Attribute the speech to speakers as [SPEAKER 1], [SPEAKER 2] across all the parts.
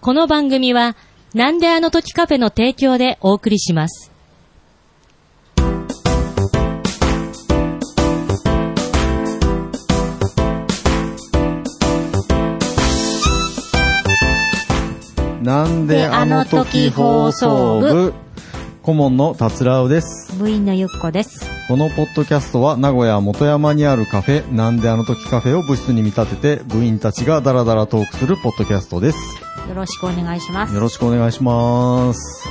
[SPEAKER 1] この番組は、なんであの時カフェの提供でお送りします。
[SPEAKER 2] なんであの時放送部顧問の達郎です。
[SPEAKER 3] 部員のゆっこです。
[SPEAKER 2] このポッドキャストは名古屋元山にあるカフェ、なんであの時カフェを部室に見立てて部員たちがダラダラトークするポッドキャストです。
[SPEAKER 3] よろしくお願いします。
[SPEAKER 2] よろしくお願いします。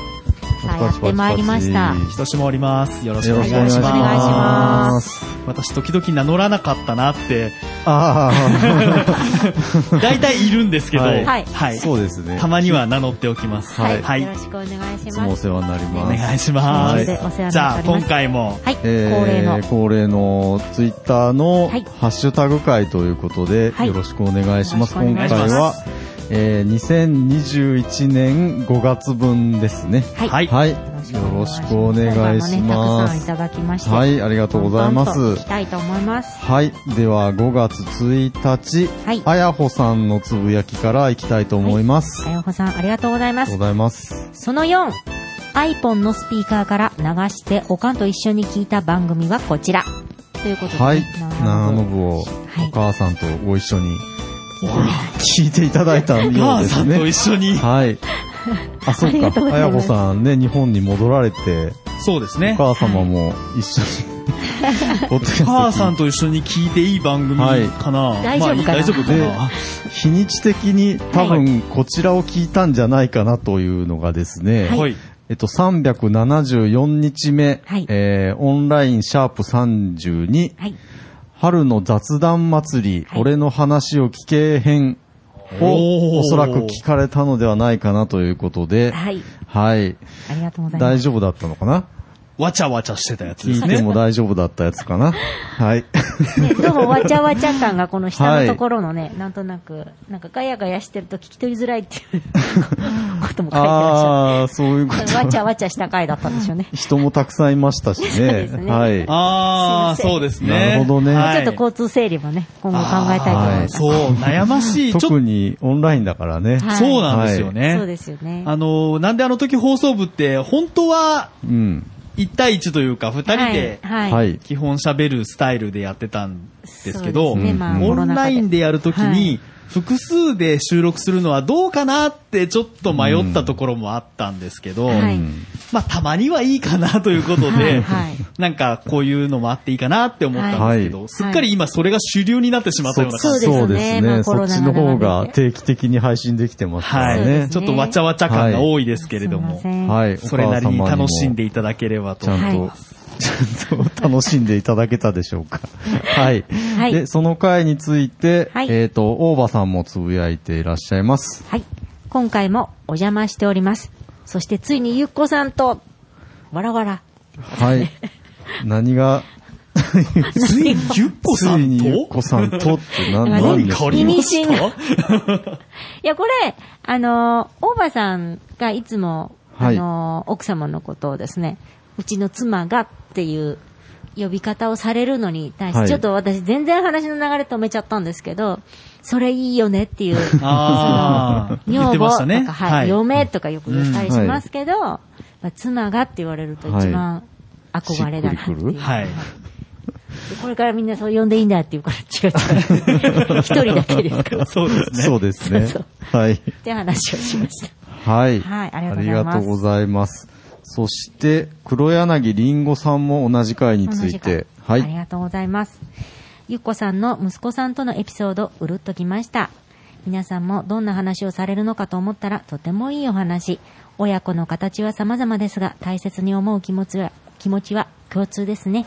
[SPEAKER 3] さあやってまいりました
[SPEAKER 2] よ
[SPEAKER 4] ひとしもおります。よろ
[SPEAKER 2] ろ
[SPEAKER 4] し
[SPEAKER 2] し
[SPEAKER 4] く
[SPEAKER 2] く
[SPEAKER 4] お
[SPEAKER 2] お
[SPEAKER 4] 願
[SPEAKER 2] 願
[SPEAKER 4] い
[SPEAKER 2] い
[SPEAKER 4] し
[SPEAKER 2] し
[SPEAKER 4] ます。
[SPEAKER 2] ま。
[SPEAKER 3] ます
[SPEAKER 4] 私、時々名乗らなかったなって、
[SPEAKER 2] あ
[SPEAKER 4] 大体いるんですけど、
[SPEAKER 2] はい
[SPEAKER 3] はい
[SPEAKER 2] あ、そうですね。
[SPEAKER 4] たまには名乗っておきます。
[SPEAKER 3] はい、
[SPEAKER 4] はい
[SPEAKER 3] よ。ろしくお願いし
[SPEAKER 2] いつも
[SPEAKER 3] ま
[SPEAKER 2] お
[SPEAKER 3] す。
[SPEAKER 2] 世話になり
[SPEAKER 4] お
[SPEAKER 2] ます。
[SPEAKER 4] 願いしま
[SPEAKER 2] はい
[SPEAKER 4] す。
[SPEAKER 3] お世話になっております
[SPEAKER 4] じゃあ、今回も、
[SPEAKER 3] はい、
[SPEAKER 2] えー
[SPEAKER 3] 恒例の。
[SPEAKER 2] 恒例のツイッターの
[SPEAKER 3] はい
[SPEAKER 2] ハッシュタグ会ということで、
[SPEAKER 3] はい
[SPEAKER 2] よろしくお願いします。
[SPEAKER 3] よろしくお
[SPEAKER 2] 今
[SPEAKER 3] 願
[SPEAKER 2] 回
[SPEAKER 4] いします
[SPEAKER 2] は、えー2021年5月分ですね。
[SPEAKER 3] はい
[SPEAKER 4] はい
[SPEAKER 2] はい。よ
[SPEAKER 3] よ
[SPEAKER 2] ろ
[SPEAKER 3] ろ
[SPEAKER 2] し
[SPEAKER 3] し
[SPEAKER 2] く
[SPEAKER 3] く
[SPEAKER 2] お
[SPEAKER 3] お
[SPEAKER 2] 願
[SPEAKER 3] 願
[SPEAKER 2] い
[SPEAKER 3] い
[SPEAKER 2] し
[SPEAKER 3] し
[SPEAKER 2] ま
[SPEAKER 3] ます。今回もね、たくさんい
[SPEAKER 2] す。
[SPEAKER 3] ただきまして。
[SPEAKER 2] は
[SPEAKER 3] あ
[SPEAKER 2] い、ありがとうございま
[SPEAKER 3] 聞
[SPEAKER 2] す
[SPEAKER 3] き。たいと思います。
[SPEAKER 2] はい。では、5月1日、
[SPEAKER 3] はい
[SPEAKER 2] あやほさんのつぶやきからいきたいと思います。
[SPEAKER 3] あやほさん、ありがとうござい
[SPEAKER 2] あ
[SPEAKER 3] ま
[SPEAKER 2] り
[SPEAKER 3] す
[SPEAKER 2] がとう。ございます。
[SPEAKER 3] その4、iPhone のスピーカーから流して、おかんと一緒に聞いた番組はこちら。ということで、
[SPEAKER 2] はい。
[SPEAKER 3] な
[SPEAKER 2] 長
[SPEAKER 3] るほど
[SPEAKER 2] 野部を
[SPEAKER 3] はい
[SPEAKER 2] お母さんとご一緒に
[SPEAKER 3] 聞いてみたい
[SPEAKER 2] 聞いていただいたようですね。
[SPEAKER 4] 母さんと一緒に、
[SPEAKER 2] はい。あ、そ
[SPEAKER 3] あり
[SPEAKER 2] う
[SPEAKER 3] がとうご
[SPEAKER 2] か。あ
[SPEAKER 3] ざい
[SPEAKER 2] や
[SPEAKER 3] ま
[SPEAKER 2] こ
[SPEAKER 3] す
[SPEAKER 2] さんね、日本に戻られて、
[SPEAKER 4] そうです
[SPEAKER 2] お
[SPEAKER 4] ね。
[SPEAKER 2] 母様も一緒に、ポッドキャスト聞いて
[SPEAKER 4] 母さんと一緒に聞いていい番組
[SPEAKER 2] はい
[SPEAKER 4] かな。
[SPEAKER 3] 大丈夫かな
[SPEAKER 4] まあ大丈夫か
[SPEAKER 2] で
[SPEAKER 4] な。
[SPEAKER 2] 日にち的に多分こちらを聞いたんじゃないかなというのがですね、
[SPEAKER 4] はい。
[SPEAKER 2] えっと、374日目、
[SPEAKER 3] はい
[SPEAKER 2] えーオンラインシャープ32、
[SPEAKER 3] はい。
[SPEAKER 2] 春の雑談祭り、
[SPEAKER 3] はい
[SPEAKER 2] 俺の話を聞け編
[SPEAKER 4] おー
[SPEAKER 2] をおそらく聞かれたのではないかなということで、
[SPEAKER 3] はい。
[SPEAKER 2] はい。
[SPEAKER 3] ありがとうございま
[SPEAKER 2] 大
[SPEAKER 3] す。
[SPEAKER 2] 丈夫だったのかな
[SPEAKER 4] わちゃわちゃしてたやつで
[SPEAKER 2] 聞い
[SPEAKER 4] す
[SPEAKER 2] て
[SPEAKER 4] ね。
[SPEAKER 2] も大丈夫だったやつかな。はい。
[SPEAKER 3] ねどうもわちゃわちゃ感がこの下のところのね、なんとなく、なんかガヤガヤしてると聞き取りづらいっていう ことも書いてら
[SPEAKER 2] ああ、そういうこ
[SPEAKER 3] っしゃる。わ
[SPEAKER 2] と。
[SPEAKER 3] ちゃわちゃした回だったんでしょうね。
[SPEAKER 2] 人もたくさんいましたし
[SPEAKER 3] そうで
[SPEAKER 2] ね
[SPEAKER 3] す。ね
[SPEAKER 2] はい。
[SPEAKER 4] あ
[SPEAKER 3] す
[SPEAKER 4] ー、
[SPEAKER 3] いません
[SPEAKER 4] そうですね。
[SPEAKER 2] なるほどね
[SPEAKER 4] は
[SPEAKER 3] ちょ
[SPEAKER 4] い
[SPEAKER 3] っと交通整理もね、今後考えたいと思います。
[SPEAKER 4] あーそう、悩ましい。ちょっと
[SPEAKER 2] 特にオンラインだからね。
[SPEAKER 3] はい
[SPEAKER 4] そうなんですよね。
[SPEAKER 3] そうですよね。
[SPEAKER 4] あのー、なんであの時放送部って、本当は
[SPEAKER 2] うん。
[SPEAKER 4] 1対1というか、2人で
[SPEAKER 3] はい。
[SPEAKER 2] は
[SPEAKER 3] はい。
[SPEAKER 2] い。
[SPEAKER 4] 基本喋るスタイルでやってたんですけど、
[SPEAKER 3] そう
[SPEAKER 2] ですねまあ
[SPEAKER 4] オンラインでやるとき
[SPEAKER 3] は
[SPEAKER 4] に
[SPEAKER 3] い、
[SPEAKER 4] 複数で収録するのはどうかなってちょっと迷ったところもあったんですけど、
[SPEAKER 3] はい
[SPEAKER 2] うん
[SPEAKER 4] まあたまにはいいかなということで、
[SPEAKER 3] はい はい
[SPEAKER 4] なんかこういうのもあっていいかなって思ったんですけど、
[SPEAKER 2] はい
[SPEAKER 4] すっかり今それが主流になってしまったような感じ
[SPEAKER 3] そう
[SPEAKER 2] そう
[SPEAKER 3] で
[SPEAKER 2] ですす
[SPEAKER 3] ね
[SPEAKER 2] ね。
[SPEAKER 3] まあ
[SPEAKER 2] そっちの方が定期的に配信できてますか
[SPEAKER 4] は
[SPEAKER 2] ら
[SPEAKER 4] い、
[SPEAKER 3] そうで
[SPEAKER 2] ね
[SPEAKER 3] す。
[SPEAKER 4] ちょっとわちゃわちゃ感が多いですけれども、
[SPEAKER 3] すいません
[SPEAKER 2] はい。
[SPEAKER 4] それなりに楽しんで
[SPEAKER 2] い
[SPEAKER 4] いただければと
[SPEAKER 2] ちゃ
[SPEAKER 4] 思います
[SPEAKER 2] んと、
[SPEAKER 3] は
[SPEAKER 2] ちゃんと楽しんでいただけたでし ょうか。はい。
[SPEAKER 3] はい
[SPEAKER 2] で、その回について、
[SPEAKER 3] はい
[SPEAKER 2] えっと、大場さんもつぶやいていらっしゃいます。
[SPEAKER 3] はい。今回もお邪魔しております。そしてついにゆっこさんと、わらわら。
[SPEAKER 2] はい。何が、
[SPEAKER 4] ついにゆっこ
[SPEAKER 2] つ
[SPEAKER 4] さ
[SPEAKER 2] い
[SPEAKER 4] ん
[SPEAKER 2] にゆっ
[SPEAKER 4] と
[SPEAKER 2] こさんとって何
[SPEAKER 3] 何
[SPEAKER 2] 何
[SPEAKER 4] 何
[SPEAKER 2] です
[SPEAKER 4] か
[SPEAKER 2] か
[SPEAKER 4] ありまし
[SPEAKER 3] 意味
[SPEAKER 4] た
[SPEAKER 3] いや、これ、あのー、大場さんがいつも、
[SPEAKER 2] はい
[SPEAKER 3] あのー、奥様のことをですね、うちの妻がっていう呼び方をされるのに対して、
[SPEAKER 2] はい
[SPEAKER 3] ちょっと私全然話の流れ止めちゃったんですけど、それいいよねっ ていう、
[SPEAKER 4] ああ、言っ
[SPEAKER 3] 女
[SPEAKER 4] てま
[SPEAKER 3] 房と
[SPEAKER 4] し
[SPEAKER 3] か、
[SPEAKER 4] たね。
[SPEAKER 3] はい嫁とかよく言ったりしますけど、まあ、妻がって言われると一番憧れだなっていう。
[SPEAKER 2] しっくりくる
[SPEAKER 4] はい。
[SPEAKER 3] これからみんなそう呼んでいいんだっていうから、違う違う。 一人だけですから。っ
[SPEAKER 4] そうですね。
[SPEAKER 2] そうですね
[SPEAKER 3] そう。
[SPEAKER 2] はい。
[SPEAKER 3] て話をしました。
[SPEAKER 2] はい。
[SPEAKER 3] はいあ
[SPEAKER 2] あ
[SPEAKER 3] り
[SPEAKER 2] り
[SPEAKER 3] が
[SPEAKER 2] が
[SPEAKER 3] とう
[SPEAKER 2] とう
[SPEAKER 3] ご
[SPEAKER 2] ございます。そして、黒柳りんごさんも同じ回について。は
[SPEAKER 3] あり
[SPEAKER 2] い。
[SPEAKER 3] がとうございます。ゆっこさんの息子さんとのエピソード、うるっときました。皆さんもどんな話をされるのかと思ったら、とてもいいお話。親子の形は様々ですが、大切に思う気持ちは、気持ちは共通ですね。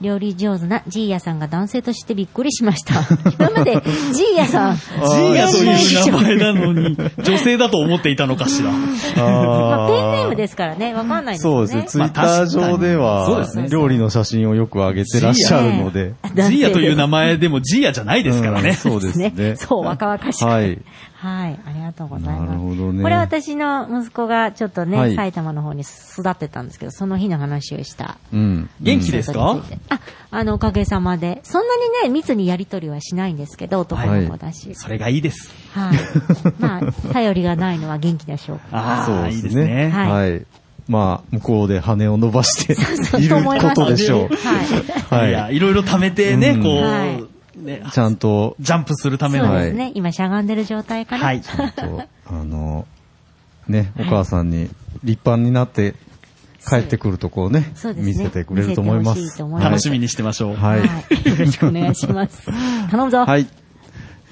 [SPEAKER 3] 料理上手なジーヤさんが男性としてびっくりしま した。今までジーヤさん、ジ
[SPEAKER 4] ジーヤという名前なのに、女性だと思っていたのかしら。
[SPEAKER 3] まあ、ペンネーム
[SPEAKER 2] で
[SPEAKER 3] ですからね、わかんないです
[SPEAKER 2] そ
[SPEAKER 3] よね。
[SPEAKER 2] うですね。ツイ
[SPEAKER 4] まあ
[SPEAKER 2] ッター上で
[SPEAKER 4] 確
[SPEAKER 2] は
[SPEAKER 4] かにそうですね、
[SPEAKER 2] 料理の写真をよく上げてらっしゃるので。
[SPEAKER 4] ジーヤという名前でもジーヤじゃないですから
[SPEAKER 2] うん
[SPEAKER 4] ね。
[SPEAKER 2] そうですね。
[SPEAKER 3] そう、若々しく。
[SPEAKER 2] はい。
[SPEAKER 3] はい、ありがとうございます。
[SPEAKER 2] なるほどね
[SPEAKER 3] これ私の息子がちょっとね、
[SPEAKER 2] はい
[SPEAKER 3] 埼玉の方に育ってたんですけど、その日の話をした。
[SPEAKER 2] うん。
[SPEAKER 4] 元気ですか
[SPEAKER 3] ことについてあ、あの、おかげさまで。そんなにね、密にやりとりはしないんですけど、男の子だし。
[SPEAKER 4] それがいいです。
[SPEAKER 3] はい。 まあ、頼りがないのは元気な証拠。
[SPEAKER 4] ああ、いいです
[SPEAKER 3] は
[SPEAKER 4] ね。
[SPEAKER 2] はい。まあ、向こうで羽を伸ばしていることでしょう。
[SPEAKER 3] はい。
[SPEAKER 2] はい
[SPEAKER 4] いや、いろいろ貯めてね、
[SPEAKER 2] うん
[SPEAKER 4] こ
[SPEAKER 3] は
[SPEAKER 4] う、ね、
[SPEAKER 2] ちゃんと、
[SPEAKER 4] ジャンプするため
[SPEAKER 3] そう
[SPEAKER 4] の。
[SPEAKER 3] ですね。今、しゃがんでる状態かな。
[SPEAKER 4] はい。
[SPEAKER 2] ちゃんと、あの、ね、お母さんに立派になって帰ってくるとこをね
[SPEAKER 3] そう、ですね
[SPEAKER 2] 見せてくれると思い
[SPEAKER 3] 見せ
[SPEAKER 2] ま
[SPEAKER 3] てほしい
[SPEAKER 2] す。
[SPEAKER 3] と思います
[SPEAKER 2] は
[SPEAKER 4] 楽
[SPEAKER 2] い
[SPEAKER 4] しみにしてましょう。
[SPEAKER 2] は
[SPEAKER 3] はいい。 よろしくお願いします。 頼むぞ。
[SPEAKER 2] はい。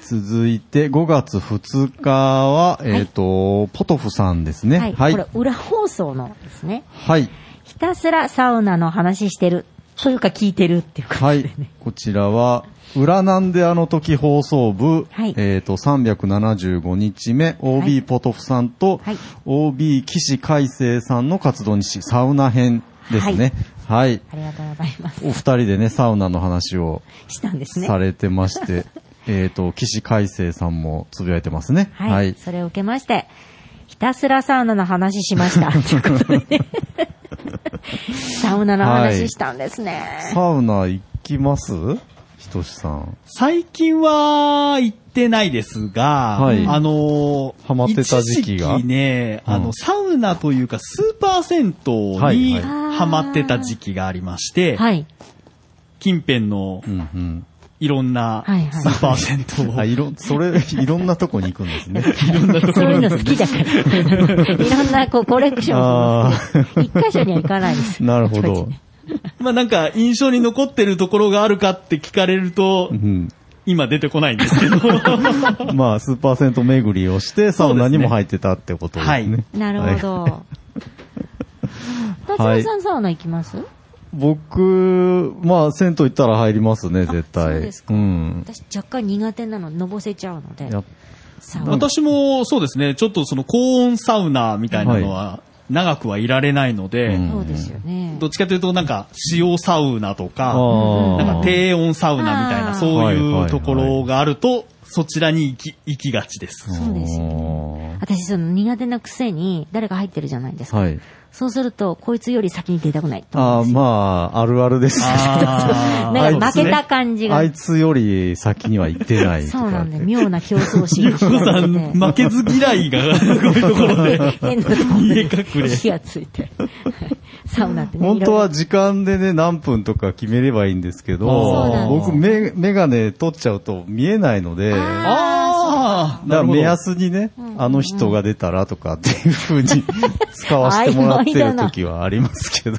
[SPEAKER 2] 続いて、5月2日は、えっと、ポトフさんですね。
[SPEAKER 3] は。
[SPEAKER 2] はいい。
[SPEAKER 3] これ
[SPEAKER 2] は、
[SPEAKER 3] 裏放送のですね。
[SPEAKER 2] い。
[SPEAKER 3] ひたすらサウナの話してる。というか聞いてるっていうか。
[SPEAKER 2] はい。こちらは、裏なんであの時放送部、
[SPEAKER 3] はい
[SPEAKER 2] えっ、と、375日目、
[SPEAKER 3] はい
[SPEAKER 2] OB ポトフさんと、
[SPEAKER 3] はい
[SPEAKER 2] OB 岸海生さんの活動日誌、サウナ編ですね。はい。
[SPEAKER 3] ありがとうございます。
[SPEAKER 2] お二人でね、サウナの話を
[SPEAKER 3] したんですね。
[SPEAKER 2] されてま して、えっと、岸海生さんもつぶやいてますね。
[SPEAKER 3] はい。それを受けまして、ひたすらサウナの話しま した。ということで。サウナの話したんですね。
[SPEAKER 2] サウナ行きますひとしさん。
[SPEAKER 4] 最近は行ってないですが、
[SPEAKER 2] はい
[SPEAKER 4] あのー、
[SPEAKER 2] ハマってた時期が
[SPEAKER 4] 一時期ね、
[SPEAKER 2] うん
[SPEAKER 4] あの、サウナというか、スーパー銭
[SPEAKER 2] はい
[SPEAKER 4] 湯
[SPEAKER 2] は
[SPEAKER 4] に
[SPEAKER 2] い
[SPEAKER 4] ハマってた時期がありまして、
[SPEAKER 3] はい。
[SPEAKER 4] 近辺の
[SPEAKER 2] うんうん。
[SPEAKER 4] いろんな
[SPEAKER 3] はいはい
[SPEAKER 4] スーパー銭湯を、
[SPEAKER 2] あ、いろ、そ れ、いろんなとこに行くんですね。
[SPEAKER 3] そういうの好きだ から。いろんなこうコレクションをするの好きで一箇所には行かないです。
[SPEAKER 2] なるほど。
[SPEAKER 4] まあなんか印象に残ってるところがあるかって聞かれると
[SPEAKER 2] う、ん。
[SPEAKER 4] 今出てこないんで すけど、
[SPEAKER 2] まあ、スーパーセント巡りをして、サウナにも入ってたってことですね。
[SPEAKER 4] そうですね
[SPEAKER 3] なるほど。田島
[SPEAKER 2] はい
[SPEAKER 3] さんサウナ行きます
[SPEAKER 2] 僕、まあ、銭湯行ったら入りますね、絶対。
[SPEAKER 3] そうですか
[SPEAKER 2] ん。
[SPEAKER 3] 私若干苦手なの、のぼせちゃうので。
[SPEAKER 2] やっ
[SPEAKER 3] サウナ。
[SPEAKER 4] 私もそうですね、ちょっとその高温サウナみたいなのは長くはいられないので、
[SPEAKER 2] うん
[SPEAKER 3] そうですよね
[SPEAKER 4] ど。っちかというとなんか塩サウナと
[SPEAKER 2] あ
[SPEAKER 4] か、
[SPEAKER 2] ー
[SPEAKER 4] なんか低温サウナみたい
[SPEAKER 3] あ
[SPEAKER 4] な
[SPEAKER 3] ー
[SPEAKER 4] そう
[SPEAKER 2] はいはい
[SPEAKER 4] い
[SPEAKER 2] は
[SPEAKER 4] う
[SPEAKER 2] い
[SPEAKER 4] ところがあると、そちらに行き、行きがちです。
[SPEAKER 3] そうですよね。私、その苦手なくせに、誰か入ってるじゃないですか。
[SPEAKER 2] はい。
[SPEAKER 3] そうすると、こいつより先に出たくないと思う
[SPEAKER 2] ああ、
[SPEAKER 3] んですよ。
[SPEAKER 2] まあ、あるあるです。
[SPEAKER 3] な
[SPEAKER 4] あー
[SPEAKER 3] んか
[SPEAKER 2] あいつね
[SPEAKER 3] 負けた感じが。
[SPEAKER 2] あいつより先には行ってないとか
[SPEAKER 3] そうなんだよ。
[SPEAKER 2] ね。
[SPEAKER 3] 妙な競争心
[SPEAKER 4] ゆ
[SPEAKER 3] が
[SPEAKER 4] っこさ
[SPEAKER 3] 生
[SPEAKER 4] ん、
[SPEAKER 3] ま
[SPEAKER 4] 負けず嫌いが、こういうところで。
[SPEAKER 3] れて、 変なところ
[SPEAKER 4] 家
[SPEAKER 3] に
[SPEAKER 4] 隠れ
[SPEAKER 3] 火がついて。サウナってね。
[SPEAKER 2] 本当
[SPEAKER 3] い
[SPEAKER 2] は
[SPEAKER 3] ろい
[SPEAKER 2] 時間でね、何分とか決めればいいんですけど
[SPEAKER 4] そうなん、です
[SPEAKER 2] 僕、メメガネ取っちゃうと見えないので、だか
[SPEAKER 4] ああ、な
[SPEAKER 2] ら
[SPEAKER 4] るほ
[SPEAKER 2] 目
[SPEAKER 4] ど。
[SPEAKER 2] 安にね、あの人が出たらとかっていう風 に使わせてもらってる時はありますけど。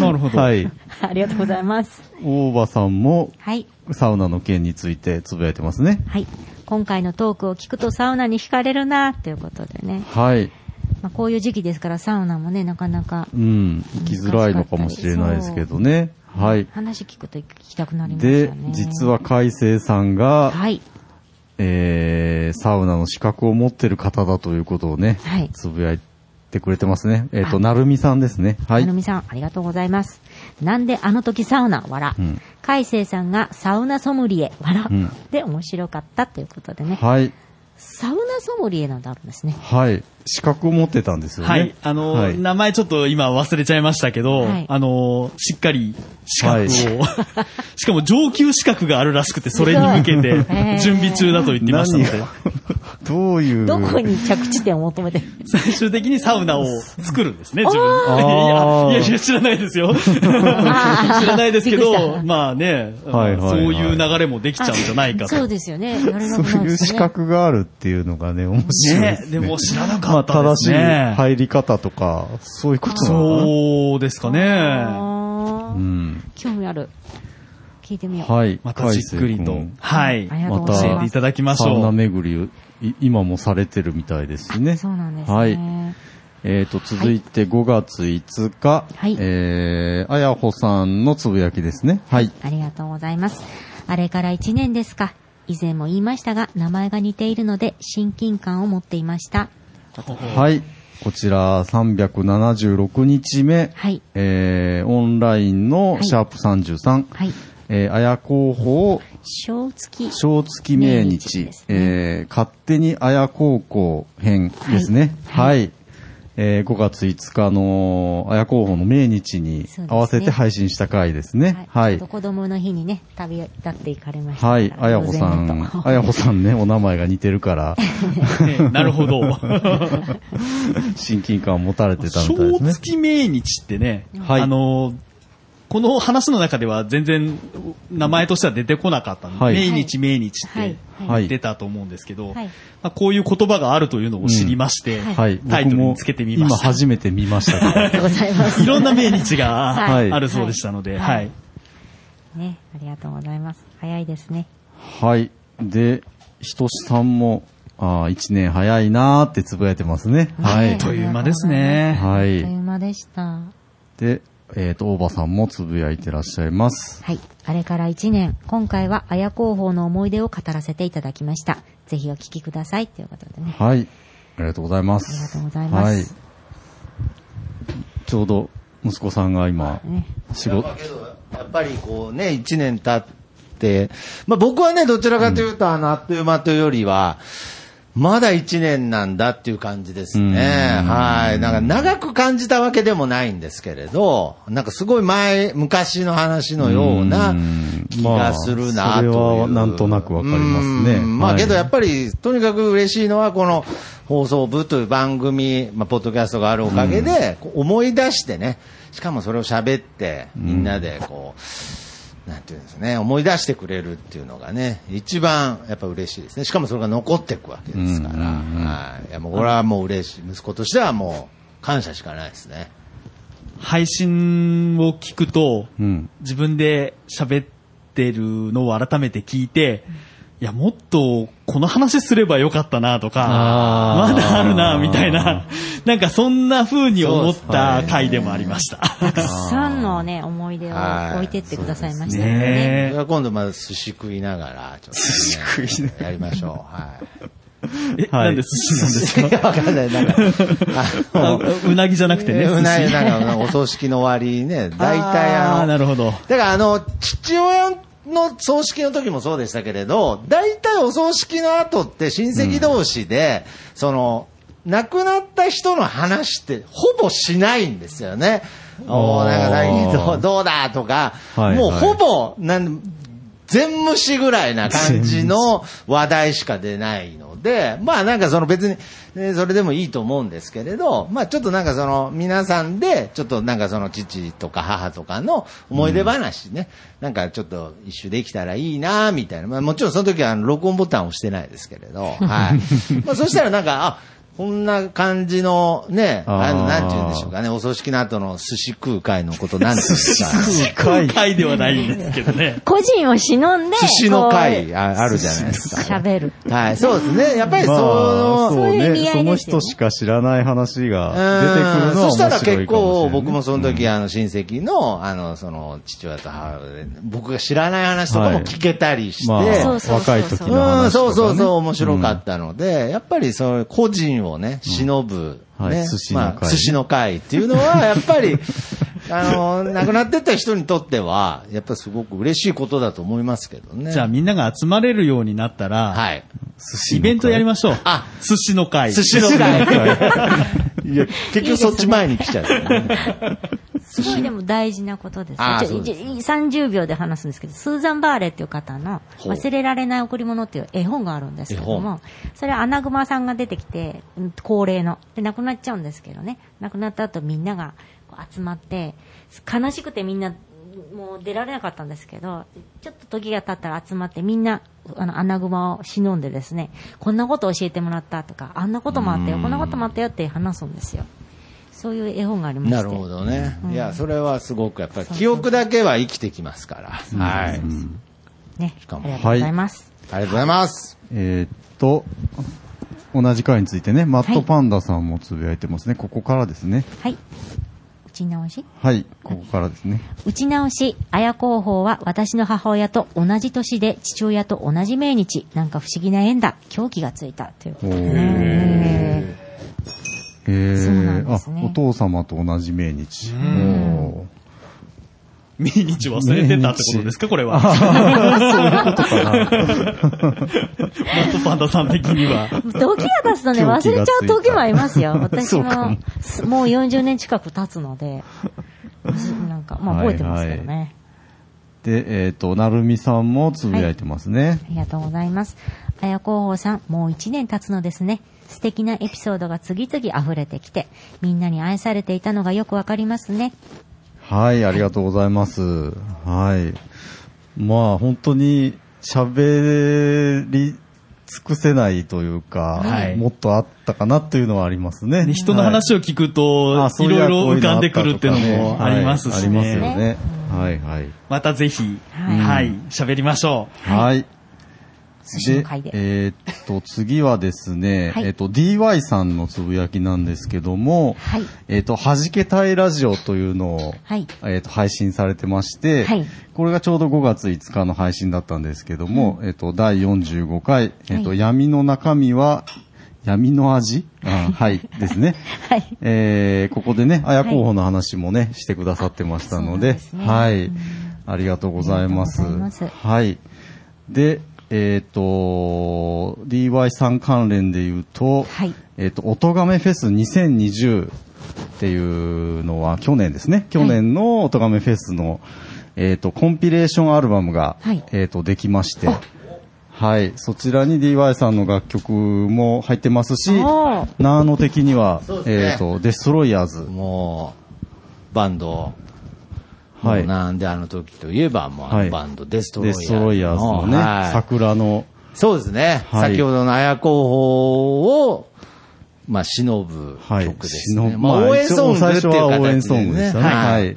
[SPEAKER 4] なるほど。
[SPEAKER 2] はい。
[SPEAKER 3] ろありがとうございます。
[SPEAKER 2] 大場さんも
[SPEAKER 3] はい。
[SPEAKER 2] サウナの件についてつぶやいてますね。
[SPEAKER 3] はい。今回のトークを聞くとサウナに惹かれるなということでね。
[SPEAKER 2] はい。
[SPEAKER 3] まあ、こういう時期ですからサウナもね、なかなか
[SPEAKER 2] うん。行きづらいのかもしれないですけどね。はい。
[SPEAKER 3] 話聞くと行きたくなります
[SPEAKER 2] で
[SPEAKER 3] よね。、
[SPEAKER 2] 実は海星さんが、
[SPEAKER 3] はい。
[SPEAKER 2] えー、サウナの資格を持ってる方だということをね、
[SPEAKER 3] はい
[SPEAKER 2] つぶやいてくれてますね。えっ、
[SPEAKER 3] あ
[SPEAKER 2] と、なるみさんですね。は
[SPEAKER 3] ま
[SPEAKER 2] い
[SPEAKER 3] な。みさん、ありがとうございます。なんであの時サウナ、わら。
[SPEAKER 2] うん
[SPEAKER 3] 海星さんがサウナソムリエ、わら。
[SPEAKER 2] うん
[SPEAKER 3] で、面白かったということでね。
[SPEAKER 2] はい。
[SPEAKER 3] サウナソムリエなんてあるんですね。
[SPEAKER 2] はい。資格を持ってたんですよね。
[SPEAKER 4] はい。あの、
[SPEAKER 2] はい
[SPEAKER 4] 名前ちょっと今忘れちゃいましたけど、
[SPEAKER 3] はい
[SPEAKER 4] あの、しっかり資格を、
[SPEAKER 2] はい
[SPEAKER 4] しかも上級資格があるらしくて、それに向 け
[SPEAKER 3] すごいへー
[SPEAKER 4] て準備中だと言ってましたの
[SPEAKER 2] 何
[SPEAKER 4] で
[SPEAKER 2] を、 どういう。
[SPEAKER 3] どこ に着地点を求めてる
[SPEAKER 4] 最終的にサウナを作るんですね、自
[SPEAKER 2] あー
[SPEAKER 4] 分で。いや、いやいや、知らないで すよ。知らないですけ
[SPEAKER 3] びっくりし
[SPEAKER 4] ど、
[SPEAKER 3] た
[SPEAKER 4] まあね、
[SPEAKER 2] はいはいはい
[SPEAKER 4] そういう流れもできちゃうんじゃないかと。
[SPEAKER 3] そうですよね。やれな
[SPEAKER 2] そ
[SPEAKER 3] く
[SPEAKER 2] う
[SPEAKER 3] なるん
[SPEAKER 2] い
[SPEAKER 3] で
[SPEAKER 2] う
[SPEAKER 3] す
[SPEAKER 2] 資
[SPEAKER 3] ね。
[SPEAKER 2] 格があるっていうのがね、面白いで
[SPEAKER 4] ね
[SPEAKER 2] すね。
[SPEAKER 4] でも知らな
[SPEAKER 2] ま
[SPEAKER 4] か
[SPEAKER 2] あ、
[SPEAKER 4] ったで
[SPEAKER 2] 正
[SPEAKER 4] す
[SPEAKER 2] しい
[SPEAKER 4] ね。
[SPEAKER 2] 入り方とか、そういうことなのかな
[SPEAKER 4] そうですかね。
[SPEAKER 3] あー
[SPEAKER 2] うん。
[SPEAKER 3] 興味ある。聞いてみよう。
[SPEAKER 2] はい。
[SPEAKER 4] またじっくり
[SPEAKER 2] 海星
[SPEAKER 4] と
[SPEAKER 2] 君。
[SPEAKER 4] はい。
[SPEAKER 3] ありがとう
[SPEAKER 2] ま
[SPEAKER 3] ござい
[SPEAKER 2] た
[SPEAKER 4] 教え
[SPEAKER 3] ま
[SPEAKER 4] てい
[SPEAKER 3] す。
[SPEAKER 4] ただきまし
[SPEAKER 2] サウ
[SPEAKER 4] ょ
[SPEAKER 2] ナ
[SPEAKER 4] う。
[SPEAKER 2] 巡り、い今もされてるみたいですね。
[SPEAKER 3] そうなんですね。
[SPEAKER 2] はい。えー、と、続いて5月5日、
[SPEAKER 3] はい
[SPEAKER 2] えー、あやほさんのつぶやきですね。はい。
[SPEAKER 3] ありがとうございます。あれから1年ですか。以前も言いましたが、名前が似ているので、親近感を持っていました。
[SPEAKER 2] はい。こちら、376日目、
[SPEAKER 3] はい
[SPEAKER 2] えー、オンラインのシャープ33、
[SPEAKER 3] はい。
[SPEAKER 2] えー、綾候補、
[SPEAKER 3] 小月。
[SPEAKER 2] 小月命
[SPEAKER 3] 命日
[SPEAKER 2] 日、
[SPEAKER 3] ですね
[SPEAKER 2] えー勝手に綾高校編ですね。はい。えー5月5日の綾候補の命日
[SPEAKER 3] そう
[SPEAKER 2] に
[SPEAKER 3] ですね
[SPEAKER 2] 合わせて配信した回ですね。
[SPEAKER 3] は。
[SPEAKER 2] はい
[SPEAKER 3] ちょ
[SPEAKER 2] い
[SPEAKER 3] っと。子供の日にね、旅立って行かれましたから。
[SPEAKER 2] はい。あやほさ
[SPEAKER 3] 偶
[SPEAKER 2] ん
[SPEAKER 3] 然 だ、と
[SPEAKER 2] あやほさんね、お名前が似て るから、
[SPEAKER 4] ね なるほど。
[SPEAKER 2] 親近感を持たれてたみたい
[SPEAKER 4] 小
[SPEAKER 2] ですね。
[SPEAKER 4] 月命日ってね、
[SPEAKER 2] はい
[SPEAKER 4] あの、この話の中では全然名前としては出てこなかったので、
[SPEAKER 2] はい
[SPEAKER 4] 命日命日っ
[SPEAKER 3] はい
[SPEAKER 4] て
[SPEAKER 2] は
[SPEAKER 4] 言
[SPEAKER 2] い
[SPEAKER 4] ってたと思うんですけど、
[SPEAKER 3] はい
[SPEAKER 4] まあ、こういう言葉があるというのを知りまして、
[SPEAKER 3] うん
[SPEAKER 2] はい。
[SPEAKER 4] タイト
[SPEAKER 2] 僕
[SPEAKER 4] ルに
[SPEAKER 2] も
[SPEAKER 4] つけてみま
[SPEAKER 2] 今
[SPEAKER 4] した。
[SPEAKER 2] 初めて見ましたから。
[SPEAKER 3] ありがとうございます。
[SPEAKER 4] いろんな命日が
[SPEAKER 2] はい
[SPEAKER 4] あるそうでしたので、
[SPEAKER 3] はい
[SPEAKER 4] はい
[SPEAKER 3] ね、ありがとうございます。早いですね。
[SPEAKER 2] はい。で、ひとしさんも、ああ、一年早いなーってつぶやいてますね。は
[SPEAKER 3] ね
[SPEAKER 2] い
[SPEAKER 4] あっ。という間ですね
[SPEAKER 3] ありがとうございます
[SPEAKER 2] はい
[SPEAKER 3] あっという間でした。は
[SPEAKER 2] で、えっ、と、大場さんもつぶやいてらっしゃいます。
[SPEAKER 3] い。あれから1年、今回は綾広報の思い出を語らせていただきました。ぜひお聞きください。ということでね。
[SPEAKER 2] はい。ありがとうございます。
[SPEAKER 3] ありがとうございます
[SPEAKER 2] はい。ちょうど、息子さんが今、
[SPEAKER 3] ね。
[SPEAKER 2] 仕
[SPEAKER 5] や
[SPEAKER 2] 事
[SPEAKER 5] っぱ、けどやっぱりこうね、1年経って、まあ、僕はね、どちらかというと、あのあっという間というよりは、まだ1年なんだっていう感じですね。
[SPEAKER 2] うん
[SPEAKER 5] はい。なんか長く感じたわけでもないんですけれど、なんかすごい前、昔の話のような
[SPEAKER 2] うん
[SPEAKER 5] 気がするなという。
[SPEAKER 2] まあそれはなんとなくわかりますね
[SPEAKER 5] うんまあ
[SPEAKER 2] はい
[SPEAKER 5] けどやっぱり、とにかく嬉しいのは、この放送部という番組、まあ、ポッドキャストがあるおかげで、こう思い出してね、しかもそれを喋って、みんなでこう、なんていうんですね、思い出してくれるっていうのがね、一番やっぱ嬉しいですね。しかもそれが残っていくわけですから、
[SPEAKER 2] うんうんうん
[SPEAKER 5] はい。いやもうこれはもう嬉しい。息子としてはもう感謝しかないですね。
[SPEAKER 4] 配信を聞くと、
[SPEAKER 2] うん。
[SPEAKER 4] 自分で喋ってるのを改めて聞いて、いや、もっとこの話すればよかったなとか、
[SPEAKER 2] あー
[SPEAKER 4] まだあるなみたい な、なんかそんな風に思っ
[SPEAKER 5] そうで
[SPEAKER 4] た回でもありました。
[SPEAKER 3] たくさんのね、思い出を
[SPEAKER 5] はい
[SPEAKER 3] 置いてってくださいましたのでね。
[SPEAKER 5] それ
[SPEAKER 4] ね
[SPEAKER 5] は今度まず寿司食いながら、ちょっと、ね、やりましょう。はい。
[SPEAKER 4] え、
[SPEAKER 2] はい
[SPEAKER 4] なんで寿司なんです
[SPEAKER 5] いや、 わかんない。 なんか、あ
[SPEAKER 4] か
[SPEAKER 5] の、
[SPEAKER 4] あうなぎじゃなくてね。
[SPEAKER 5] うな
[SPEAKER 4] 寿
[SPEAKER 5] ぎ
[SPEAKER 4] 司
[SPEAKER 5] なんか、お葬式の終わりにね、大体
[SPEAKER 4] あ
[SPEAKER 5] あ
[SPEAKER 4] ーな
[SPEAKER 5] の、
[SPEAKER 4] るほど。
[SPEAKER 5] だからあの、父親の葬式の時もそうでしたけれど、大体お葬式の後って親戚同士で、その、亡くなった人の話ってほぼしないんですよね。おー
[SPEAKER 2] あー
[SPEAKER 5] なんか最近どうどうだとか、
[SPEAKER 2] はい
[SPEAKER 5] もう
[SPEAKER 2] はい
[SPEAKER 5] ほぼ、なん全無視ぐらいな感じの話題しか出ないので、まあなんかその別に、ねそれでもいいと思うんですけれど、まあちょっとなんかその皆さんで、ちょっとなんかその父とか母とかの思い出話ね、なんかちょっと一周できたらいいなみたいな。まあもちろんその時はあの録音ボタンを押してないですけれ ど、はい。まあそしたらなんか、あ、こんな感じのね、あの、
[SPEAKER 2] あー
[SPEAKER 5] なんて言うんでしょうかね、お葬式の後の寿司食う会のことなんですか。
[SPEAKER 2] 回
[SPEAKER 4] 回ではないんですけ どね。
[SPEAKER 3] 個人を忍んで、
[SPEAKER 5] 寿司の
[SPEAKER 3] こ
[SPEAKER 5] 会ああるじゃないです
[SPEAKER 3] う
[SPEAKER 5] か。
[SPEAKER 3] 喋る。
[SPEAKER 5] はい、そうですね。やっぱりそ
[SPEAKER 2] まあそ
[SPEAKER 5] の、
[SPEAKER 2] う
[SPEAKER 3] そういう意味合いです
[SPEAKER 2] ね。
[SPEAKER 3] よね
[SPEAKER 2] その人しか知らない話が出てく
[SPEAKER 5] うー
[SPEAKER 2] る
[SPEAKER 5] ん
[SPEAKER 2] のは
[SPEAKER 5] そ
[SPEAKER 2] 面白いかも
[SPEAKER 5] し
[SPEAKER 2] しれな
[SPEAKER 5] た
[SPEAKER 2] い。
[SPEAKER 5] ら結構僕もその時、あの親戚の、あの、その父親と母親で、僕が知らない話とかも聞けたりして、
[SPEAKER 2] まあ、
[SPEAKER 3] そうそうそう
[SPEAKER 2] 若い時の話とか、ね。
[SPEAKER 5] うん、そうそうそう、面白かったので、やっぱりそういう個人をね、忍ぶ、
[SPEAKER 2] うんはい
[SPEAKER 5] ね、
[SPEAKER 2] 寿司の会
[SPEAKER 5] まあ、寿司の会っていうのは、やっぱ り、あの、亡くなってった人にとっては、やっぱりすごく嬉しいことだと思いますけどね。
[SPEAKER 4] じゃあみんなが集まれるようになったら、
[SPEAKER 5] はい。
[SPEAKER 4] イベントやり
[SPEAKER 2] ま
[SPEAKER 4] ましょう。
[SPEAKER 5] あ
[SPEAKER 4] 寿司の会。
[SPEAKER 5] 寿司の 会。いや、結局そっち前に来ちゃう、
[SPEAKER 3] すごいでも大事なことです。
[SPEAKER 5] あー
[SPEAKER 3] ちょ
[SPEAKER 5] そうです
[SPEAKER 3] いい30秒で話すんですけど、スーザン・バーレっていう方の、
[SPEAKER 5] ほう
[SPEAKER 3] 忘れられない贈り物っていう絵本があるんですけど
[SPEAKER 5] 絵
[SPEAKER 3] も
[SPEAKER 5] 本、
[SPEAKER 3] それはアナグマさんが出てきて、うん恒例の。で、亡くなっちゃうんですけどね。亡くなった後みんながこう集まって、悲しくてみんな、もう出られなかったんですけど、ちょっと時が経ったら集まってみんな、あの、アナグマを忍んでですね、こんなこと教えてもらったとか、あんなこともあったよ、こんなこともあったよって話すんですよ。そういう絵本がありまして。
[SPEAKER 5] なるほどね。
[SPEAKER 3] うん
[SPEAKER 5] いや、それはすごくやっぱり記憶だけは生きてきますから。はい。あり
[SPEAKER 3] ね、
[SPEAKER 5] かも
[SPEAKER 3] ありがとうございます。
[SPEAKER 5] がとうございます。
[SPEAKER 2] えーっと、同じ回についてね、マットパンダさんもつぶやいてますね。ここからですね。
[SPEAKER 3] はい。打ち直し
[SPEAKER 2] はい、ここからですね。
[SPEAKER 3] 打ち直し、綾候補は私の母親と同じ年で父親と同じ命日。なんか不思議な縁だ。狂気がついた。ということでね。
[SPEAKER 2] えー
[SPEAKER 3] そうなんですね
[SPEAKER 2] あ、お父様と同じ命日。おー
[SPEAKER 4] 命日忘れてたってことですか、これは。 マットパンダさん的には。
[SPEAKER 3] 時が経つとね、
[SPEAKER 2] 狂気
[SPEAKER 3] 忘
[SPEAKER 2] が
[SPEAKER 3] れちゃう時もありますよ。私
[SPEAKER 2] そうか
[SPEAKER 3] も
[SPEAKER 2] も、
[SPEAKER 3] すもう40年近く経つので、すなんか、まあ覚えてますけどね。
[SPEAKER 2] で、えっ、と、なるみさんもつぶやいてますね。
[SPEAKER 3] ありがとうございます。あや広報さん、もう1年経つのですね。素敵なエピソードが次々溢れてきて、みんなに愛されていたのがよくわかりますね。
[SPEAKER 2] はい、ありがとうございます。はい。まあ、本当に喋り尽くせないというか、
[SPEAKER 4] はい
[SPEAKER 2] もっとあったかなというのはありますね。
[SPEAKER 4] ね人の
[SPEAKER 2] はい
[SPEAKER 4] 話を聞くと
[SPEAKER 2] あ、
[SPEAKER 4] い
[SPEAKER 2] そうい
[SPEAKER 4] ろ
[SPEAKER 2] や
[SPEAKER 4] いろ
[SPEAKER 2] こういう
[SPEAKER 4] 浮
[SPEAKER 2] の
[SPEAKER 4] か
[SPEAKER 2] あ
[SPEAKER 4] ん
[SPEAKER 2] った
[SPEAKER 4] で
[SPEAKER 2] とか
[SPEAKER 4] く
[SPEAKER 2] ね
[SPEAKER 4] るっていうのもありますし
[SPEAKER 2] はいありますよ
[SPEAKER 4] ね。
[SPEAKER 2] ね。はいはい。
[SPEAKER 4] またぜひ、
[SPEAKER 3] はい
[SPEAKER 4] はい、喋りましょ。
[SPEAKER 2] はい。
[SPEAKER 3] 寿司の会で
[SPEAKER 2] えーっと、次はですね、
[SPEAKER 3] はい
[SPEAKER 2] えーっと、DY さんのつぶやきなんですけども、
[SPEAKER 3] はい
[SPEAKER 2] えーっと、はじけたいラジオというのを、
[SPEAKER 3] はい
[SPEAKER 2] えーっと、配信されてまして、
[SPEAKER 3] はい
[SPEAKER 2] これがちょうど5月5日の配信だったんですけども、えーっと、第45回、えーっと、
[SPEAKER 3] はい
[SPEAKER 2] 闇の中身は、闇の味、 あはい、ですね。
[SPEAKER 3] はい
[SPEAKER 2] えーここでね、あや候補の話もね、してくださってましたので、
[SPEAKER 3] そうなんですね
[SPEAKER 2] はい、
[SPEAKER 3] うん
[SPEAKER 2] ありがとうございます。
[SPEAKER 3] ありがとうございます
[SPEAKER 2] はい。で、えっ、と、DY さん関連で言うと、
[SPEAKER 3] はい
[SPEAKER 2] えっ、と、おとがめフェス2020っていうのは去年ですね。去年のおとがめフェスの、えっ、と、コンピレーションアルバムが、
[SPEAKER 3] はい
[SPEAKER 2] えっ、と、できまして、はい。そちらに DY さんの楽曲も入ってますし、
[SPEAKER 3] おー
[SPEAKER 2] ナーノ的には、
[SPEAKER 5] そうですね
[SPEAKER 2] えっ、と、デストロイヤーズ。
[SPEAKER 5] もう、バンド、
[SPEAKER 2] は
[SPEAKER 5] もう
[SPEAKER 2] い。
[SPEAKER 5] なんであの時といえば、もうあ
[SPEAKER 2] はい
[SPEAKER 5] のバンド、デストロイ
[SPEAKER 2] デ
[SPEAKER 5] ヤーズ。
[SPEAKER 2] ストロイヤーズのね、
[SPEAKER 5] はい
[SPEAKER 2] 桜の、
[SPEAKER 5] そうですね。
[SPEAKER 2] はい
[SPEAKER 5] 先ほどの綾候補を、まあ、忍ぶ
[SPEAKER 2] はい。
[SPEAKER 5] 曲です
[SPEAKER 2] し
[SPEAKER 5] ね。
[SPEAKER 2] の
[SPEAKER 5] まあ、
[SPEAKER 2] まあ
[SPEAKER 5] 応援ソングっていう
[SPEAKER 2] 一応最初は応援
[SPEAKER 5] 形
[SPEAKER 2] ソングでしたね。
[SPEAKER 5] は
[SPEAKER 2] はいい。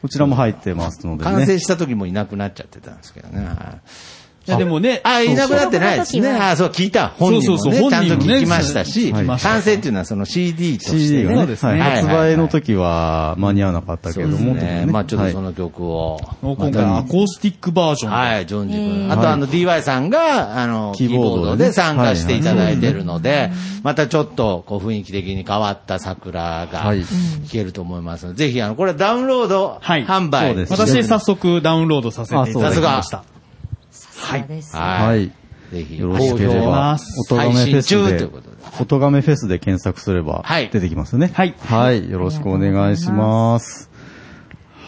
[SPEAKER 2] こちらも入ってますのでね。
[SPEAKER 5] 完成した時もいなくなっちゃってたんですけどね。はいう
[SPEAKER 4] いやでもね、
[SPEAKER 5] あ、いなくなってないですね。
[SPEAKER 3] そうそう
[SPEAKER 5] あ、そう、聞いた。本人もね、
[SPEAKER 4] そうそうそう
[SPEAKER 5] ちゃんと
[SPEAKER 4] 本人もね
[SPEAKER 5] 聞きましたし、
[SPEAKER 4] はい
[SPEAKER 5] 完成っていうのはその CD として、ね。
[SPEAKER 2] CD が
[SPEAKER 4] そう
[SPEAKER 2] ね
[SPEAKER 4] ですね
[SPEAKER 2] はい発
[SPEAKER 5] はいはい
[SPEAKER 2] 売の時は間に合わなかったけ
[SPEAKER 5] そう
[SPEAKER 2] ど
[SPEAKER 5] です
[SPEAKER 2] も、
[SPEAKER 5] ね。まあちょっとそ
[SPEAKER 2] はい
[SPEAKER 5] の曲を。
[SPEAKER 4] 今回アコースティックバージョンで。
[SPEAKER 5] はい、ジョンジ
[SPEAKER 3] え
[SPEAKER 5] 君。
[SPEAKER 3] ー
[SPEAKER 5] あとあの DY さんが、あの、キ
[SPEAKER 2] キー
[SPEAKER 5] ーボ
[SPEAKER 2] ボ
[SPEAKER 5] ー
[SPEAKER 2] ー
[SPEAKER 5] ド
[SPEAKER 2] ド
[SPEAKER 5] で
[SPEAKER 2] で
[SPEAKER 5] 参加していただいてるので、またちょっと、こう、雰囲気的に変わった桜が
[SPEAKER 2] はい
[SPEAKER 5] 弾けると思いますので、ぜひ、あの、これダウンロード
[SPEAKER 4] はい
[SPEAKER 5] 販
[SPEAKER 2] そ
[SPEAKER 5] 売
[SPEAKER 2] う。です
[SPEAKER 4] 私、早速ダウンロードさせていただきま
[SPEAKER 3] さす
[SPEAKER 4] した。
[SPEAKER 3] がです。
[SPEAKER 5] は
[SPEAKER 2] はいい。
[SPEAKER 5] ぜひ、
[SPEAKER 2] よろしけれ
[SPEAKER 5] 好評
[SPEAKER 2] ば、音
[SPEAKER 5] 配
[SPEAKER 2] 亀フェ
[SPEAKER 5] 信
[SPEAKER 2] ス
[SPEAKER 5] 中とい
[SPEAKER 2] で
[SPEAKER 5] うことで。、
[SPEAKER 2] 音亀フェスで検索すれば
[SPEAKER 5] はい、
[SPEAKER 2] 出てきますね。
[SPEAKER 4] はい
[SPEAKER 2] はい。よろしくお願いします。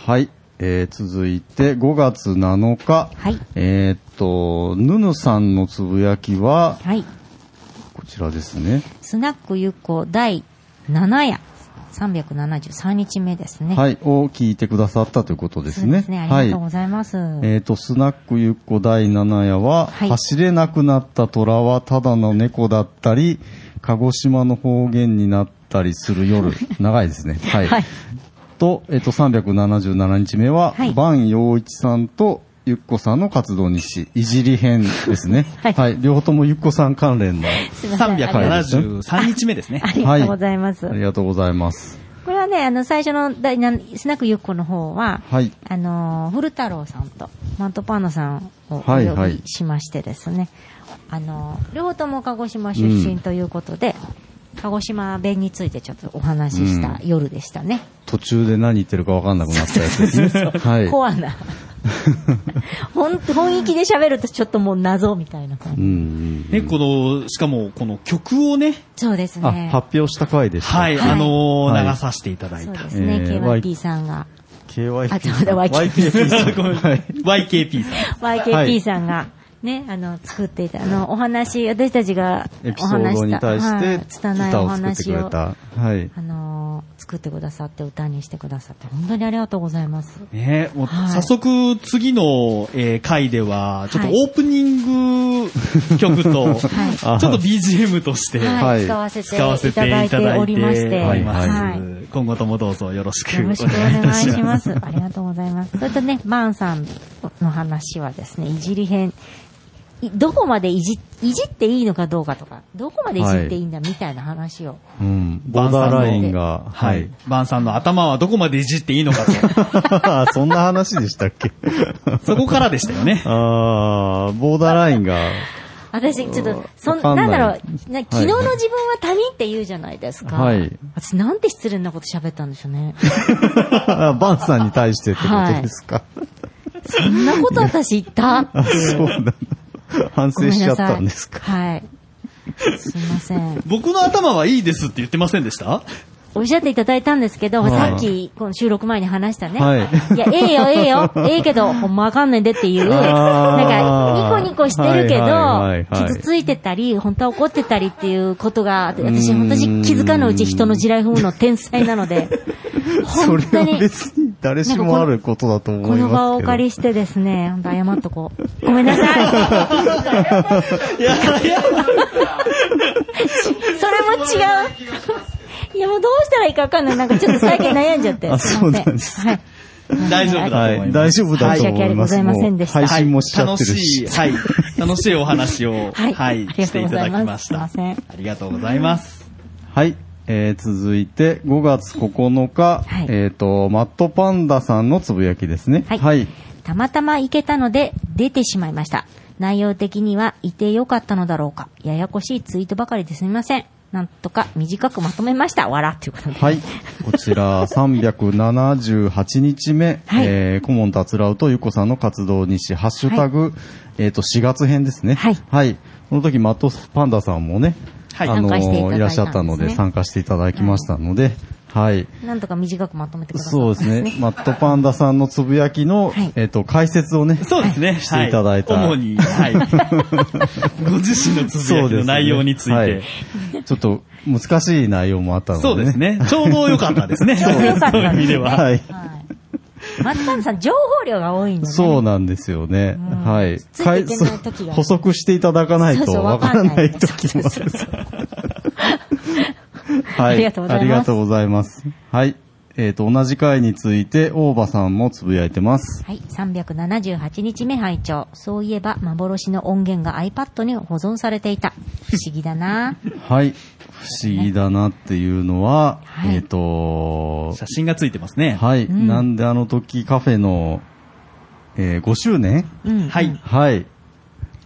[SPEAKER 2] はい。えー、続いて、5月7日。
[SPEAKER 3] はい
[SPEAKER 2] えーっと、ぬぬさんのつぶやきは、
[SPEAKER 3] はい。
[SPEAKER 2] こちらですね。
[SPEAKER 3] スナックゆっこ第7夜、373日目ですね。
[SPEAKER 2] はい。を聞いてくださったということです
[SPEAKER 3] そうで
[SPEAKER 2] ね。
[SPEAKER 3] すね。あ
[SPEAKER 2] は
[SPEAKER 3] り
[SPEAKER 2] い
[SPEAKER 3] がとう。ございます。
[SPEAKER 2] えー、と、スナックゆっこ第7夜は、
[SPEAKER 3] はい
[SPEAKER 2] 走れなくなった虎はただの猫だったり、鹿児島の方言になったりす る夜、長いですね。はい。
[SPEAKER 3] はい
[SPEAKER 2] と、えっ、と、377日目は、
[SPEAKER 3] はい
[SPEAKER 2] バン陽一さんとゆっこさんの活動にし、いじり編ですね。
[SPEAKER 3] はい
[SPEAKER 2] 両方ともゆっこさん関連の。
[SPEAKER 3] すいません。ありが
[SPEAKER 4] 373日目ですね。
[SPEAKER 3] とうございます。
[SPEAKER 2] ありがとうございます。
[SPEAKER 3] これはね、あの、最初の第7スナックゆっこの方は、
[SPEAKER 2] はい。
[SPEAKER 3] あのー、古太郎さんとマントパーナさんをお
[SPEAKER 2] はい
[SPEAKER 3] 呼
[SPEAKER 2] はい
[SPEAKER 3] びしましてですね、あのー、両方とも鹿児島出身ということで、鹿児島弁についてちょっとお話しした夜でしたね。
[SPEAKER 2] 途中で何言ってるかわかんなくなったやつですね。はい。
[SPEAKER 3] コア な。本本意気で喋るとちょっともう謎みたいな感
[SPEAKER 2] う
[SPEAKER 3] じ。
[SPEAKER 2] んうん。
[SPEAKER 4] ね、この、しかも、この曲をね、
[SPEAKER 3] そうです
[SPEAKER 2] あ、
[SPEAKER 3] ね。
[SPEAKER 2] 発表した回でした。
[SPEAKER 4] はい、あの
[SPEAKER 2] はい
[SPEAKER 4] ー、流させていただい
[SPEAKER 3] そうで
[SPEAKER 4] た。
[SPEAKER 3] すね、
[SPEAKER 2] えー
[SPEAKER 3] KYP さんが、
[SPEAKER 2] KYP。
[SPEAKER 3] あちょっと待って
[SPEAKER 2] YKP さんはい
[SPEAKER 4] YKP さん。
[SPEAKER 2] はい
[SPEAKER 3] YKP さんが、ね、あの、作っていた、あの、お話、私たちが
[SPEAKER 2] エピ
[SPEAKER 3] お
[SPEAKER 2] ソー
[SPEAKER 3] 話
[SPEAKER 2] ド
[SPEAKER 3] し
[SPEAKER 2] に
[SPEAKER 3] た、
[SPEAKER 2] 対し
[SPEAKER 3] は
[SPEAKER 2] て
[SPEAKER 3] い、拙い
[SPEAKER 2] 歌
[SPEAKER 3] お
[SPEAKER 2] を作って
[SPEAKER 3] 話
[SPEAKER 2] くれ
[SPEAKER 3] を、
[SPEAKER 2] た。はい。
[SPEAKER 3] あのー作ってくださって歌にしてくださって、本当にありがとうございます。
[SPEAKER 4] ねもう、
[SPEAKER 3] はい
[SPEAKER 4] 早速、次の、えー回では、ちょっと
[SPEAKER 3] はい
[SPEAKER 4] オープニング曲と、
[SPEAKER 3] はい
[SPEAKER 4] ちょっと BGM として、
[SPEAKER 3] はい
[SPEAKER 2] はい
[SPEAKER 3] 使わせてい
[SPEAKER 4] 使わせてい
[SPEAKER 3] ただい
[SPEAKER 4] た
[SPEAKER 3] て
[SPEAKER 4] だ
[SPEAKER 3] お
[SPEAKER 4] い
[SPEAKER 3] りまして、
[SPEAKER 4] ております。
[SPEAKER 3] はい
[SPEAKER 4] 今後ともどうぞよろしく
[SPEAKER 3] よ
[SPEAKER 4] お願
[SPEAKER 3] ろ
[SPEAKER 4] い
[SPEAKER 3] し
[SPEAKER 4] し
[SPEAKER 3] くお願
[SPEAKER 4] ま
[SPEAKER 3] い
[SPEAKER 4] す。
[SPEAKER 3] します。ありがとうございます。それとね、バーンさんの話はですね、いじり編。いどこまでいじ、いじっていいのかどうかとか、どこまでいじっていいんだみたいな話を。
[SPEAKER 2] うん。ボーダーラインが。
[SPEAKER 4] は
[SPEAKER 2] はいい。。
[SPEAKER 4] バンさんの頭はどこまでいじっていいのか と。
[SPEAKER 2] そんな話でしたっけ
[SPEAKER 4] そこからでしたよね。
[SPEAKER 2] あー、ボーダーラインが
[SPEAKER 3] 私、ちょっと、そん、
[SPEAKER 2] わかん
[SPEAKER 3] な
[SPEAKER 2] な
[SPEAKER 3] いんだろう、な昨日の
[SPEAKER 2] はい
[SPEAKER 3] 自分は他人って言うじゃないですか。
[SPEAKER 2] はい
[SPEAKER 3] 私、なんて失礼なこと喋ったんでしょうね。
[SPEAKER 2] バンさんに対してってことですか、
[SPEAKER 3] そんなこと私言 った
[SPEAKER 2] あそうなんだ。反
[SPEAKER 3] ごめ
[SPEAKER 2] 省し
[SPEAKER 3] ん
[SPEAKER 2] ちゃ
[SPEAKER 3] な
[SPEAKER 2] っ
[SPEAKER 3] さい。
[SPEAKER 2] たんですか。
[SPEAKER 3] はい。すいません。
[SPEAKER 4] 僕の頭はいいですって言ってませんでした
[SPEAKER 3] おっしゃっていただいたんですけど、
[SPEAKER 2] はい
[SPEAKER 3] さっき、この収録前に話したね。
[SPEAKER 2] はい
[SPEAKER 3] いや、ええよ、ええよ、 ええけど、ほんまあかんねんでっていう、
[SPEAKER 2] あー
[SPEAKER 3] なんか、ニコニコしてるけど、
[SPEAKER 2] はいはいはいはい
[SPEAKER 3] 傷ついてたり、本当は怒ってたりっていうことが、私、
[SPEAKER 2] うーん
[SPEAKER 3] 私気づかぬうち人の地雷踏むの天才なので、
[SPEAKER 2] そ
[SPEAKER 3] 本
[SPEAKER 2] れ
[SPEAKER 3] 当
[SPEAKER 2] は
[SPEAKER 3] に、
[SPEAKER 2] 別に誰しもあることだと思いま
[SPEAKER 3] こ
[SPEAKER 2] すけど。
[SPEAKER 3] の場をお借りしてですね、本当謝っとこう。ごめんなさい。
[SPEAKER 4] いや、いや、
[SPEAKER 3] それも違う。いや、もうどうしたらいいかわかんない。なんかちょっと最近悩んじゃって。
[SPEAKER 2] あそうなんです
[SPEAKER 3] いませんはい。
[SPEAKER 4] 大丈夫だと思
[SPEAKER 2] はいい、
[SPEAKER 4] ま
[SPEAKER 2] 大
[SPEAKER 4] す。
[SPEAKER 2] 丈夫だと思い
[SPEAKER 3] 申し
[SPEAKER 2] ます。
[SPEAKER 3] 訳ありございませんでした
[SPEAKER 2] もう配信もしちゃってるし。
[SPEAKER 4] はい、楽しい、はい、楽しいお話
[SPEAKER 3] は
[SPEAKER 4] を、はいい、
[SPEAKER 3] ありが
[SPEAKER 4] して
[SPEAKER 3] とう
[SPEAKER 4] い
[SPEAKER 3] ご
[SPEAKER 4] た
[SPEAKER 3] ざ
[SPEAKER 4] だ
[SPEAKER 3] い
[SPEAKER 4] き
[SPEAKER 3] ます
[SPEAKER 4] ました。
[SPEAKER 3] すいません
[SPEAKER 4] ありがとうございます。
[SPEAKER 2] はい。えー、続いて、5月9日、
[SPEAKER 3] はい
[SPEAKER 2] えっ、と、マットパンダさんのつぶやきですね。
[SPEAKER 3] はい
[SPEAKER 2] はい。
[SPEAKER 3] たまたま行けたので出てしまいました。内容的にはいてよかったのだろうか。ややこしいツイートばかりですみません。なんとか短くまとめました。わらっていうことで。
[SPEAKER 2] はい。こ ちら、378日目、
[SPEAKER 3] はい
[SPEAKER 2] えー、顧問達郎とゆこさんの活動にし、ハッシュタグ、えっ、と、4月編ですね。
[SPEAKER 3] はい
[SPEAKER 2] この時、マットパンダさんもね、
[SPEAKER 4] はい
[SPEAKER 2] あの
[SPEAKER 3] 参加していただいたんですね
[SPEAKER 2] いらっしゃったので、参加していただきましたので、はい。
[SPEAKER 3] なんとか短くまとめてください。
[SPEAKER 2] そうですね。マットパンダさんのつぶやきの、
[SPEAKER 3] はい
[SPEAKER 2] えっ、と、解説をね、
[SPEAKER 4] そうですね。
[SPEAKER 2] していただいた
[SPEAKER 4] はい、主に、はい。ご自身のつぶやきの内容につい
[SPEAKER 2] は
[SPEAKER 4] て。
[SPEAKER 2] いちょっと難しい内容もあったので、
[SPEAKER 4] そうです。ね。ちょうど良かったですね。ちょ
[SPEAKER 3] うど良かったですね
[SPEAKER 4] 意味では。
[SPEAKER 2] は
[SPEAKER 3] は
[SPEAKER 2] い。
[SPEAKER 3] い。マッタンさん、情報量が多いので、ね。
[SPEAKER 2] そうなんですよね。
[SPEAKER 3] ん
[SPEAKER 2] はい。
[SPEAKER 3] ついていけない時が
[SPEAKER 2] かいそう補足していただかない
[SPEAKER 3] そ
[SPEAKER 2] と
[SPEAKER 3] うそう
[SPEAKER 2] わからない
[SPEAKER 3] わかんない
[SPEAKER 2] 時もある。は
[SPEAKER 3] ありがとうございます
[SPEAKER 2] ありがとうございます。はい。えっ、と、同じ回について、大場さんもつぶやいてます。
[SPEAKER 3] はい。378日目拝聴。そういえば、幻の音源が iPad に保存されていた。不思議だな
[SPEAKER 2] はい。不思議だなっていうのは、
[SPEAKER 3] はい
[SPEAKER 2] えっ、と、
[SPEAKER 4] 写真がついてますね。
[SPEAKER 2] はい、なんであの時カフェの、えー5周年
[SPEAKER 3] うん。
[SPEAKER 4] はい。
[SPEAKER 2] はい。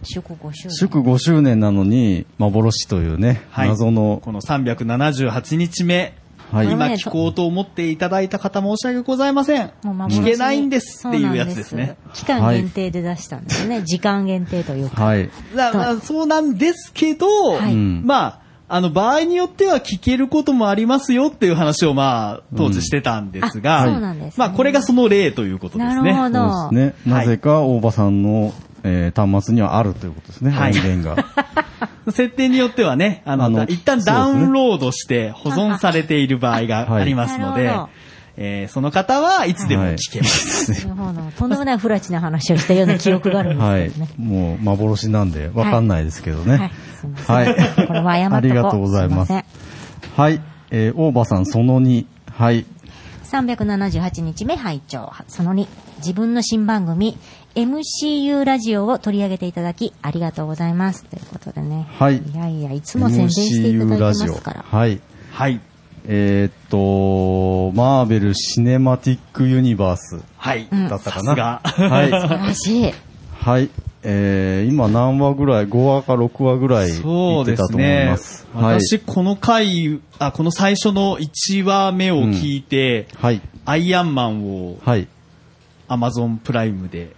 [SPEAKER 3] 祝5周年。
[SPEAKER 2] 祝5周年なのに、幻というね、
[SPEAKER 4] はい
[SPEAKER 2] 謎の、
[SPEAKER 4] この378日目、
[SPEAKER 2] はい
[SPEAKER 4] 今聞こうと思っていただいた方申し訳ございません。
[SPEAKER 3] もう幻
[SPEAKER 4] 聞けないんですっていうやつです。
[SPEAKER 3] そうなん
[SPEAKER 4] ね。
[SPEAKER 3] 期間限定で出したんですね。時間限定というか。
[SPEAKER 2] はい。
[SPEAKER 4] だまあそうなんですけど、
[SPEAKER 3] はい
[SPEAKER 2] うん
[SPEAKER 4] まあ、あの、場合によっては聞けることもありますよっていう話を、まあ、当時してたんですが、
[SPEAKER 3] うんあそうなんですね
[SPEAKER 4] まあ、これがその例ということです
[SPEAKER 3] なるほ
[SPEAKER 4] ね。
[SPEAKER 3] ど
[SPEAKER 2] そうですね。
[SPEAKER 4] は
[SPEAKER 2] ないぜか大場さんの、えー端末にはあるということですね、
[SPEAKER 4] はい
[SPEAKER 2] 音 源が。
[SPEAKER 4] 設定によってはね、あの、
[SPEAKER 2] あの
[SPEAKER 4] 一旦ダウンロードして保存されている場合があります
[SPEAKER 3] は
[SPEAKER 4] ので、
[SPEAKER 3] いなるほど
[SPEAKER 4] えーその方はいつでも聞けます。
[SPEAKER 3] なるほど。とんでもない不らちな話をしたような記憶があるん
[SPEAKER 2] は
[SPEAKER 3] で
[SPEAKER 2] い
[SPEAKER 3] すけどね。。
[SPEAKER 2] もう幻なんで、わかんないですけど
[SPEAKER 3] はい
[SPEAKER 2] ね。。
[SPEAKER 3] すいません。
[SPEAKER 2] はい。
[SPEAKER 3] これは謝っとこう
[SPEAKER 2] ありがとうございます
[SPEAKER 3] すいま
[SPEAKER 2] はい。えー大場さん、その2。はい。
[SPEAKER 3] せん378日目拝聴その2、自分の新番組、MCU ラジオを取り上げていただき、ありがとうございます。ということでね。
[SPEAKER 2] はい
[SPEAKER 3] いやいや、いつも宣伝していただい
[SPEAKER 2] MCU
[SPEAKER 3] て
[SPEAKER 2] ラ
[SPEAKER 3] ま
[SPEAKER 2] ジオ。
[SPEAKER 3] すから。
[SPEAKER 2] はい。
[SPEAKER 4] はい。
[SPEAKER 2] えーっと、マーベル・シネマティック・ユニバース
[SPEAKER 4] はい。
[SPEAKER 2] だったか
[SPEAKER 4] さす
[SPEAKER 2] な
[SPEAKER 4] が。。
[SPEAKER 2] はい。
[SPEAKER 3] らしい。
[SPEAKER 2] はい。えー、今何話ぐらい ?5 話か6話ぐらい
[SPEAKER 4] そ
[SPEAKER 2] 言
[SPEAKER 4] う
[SPEAKER 2] って
[SPEAKER 4] で
[SPEAKER 2] た
[SPEAKER 4] す
[SPEAKER 2] と思い
[SPEAKER 4] ね
[SPEAKER 2] ま。す。はい。
[SPEAKER 4] 私、この回、あ、この最初の1話目を聞いて、
[SPEAKER 2] はい。
[SPEAKER 4] アイアンマンを
[SPEAKER 2] はい。
[SPEAKER 4] アマゾンプライムで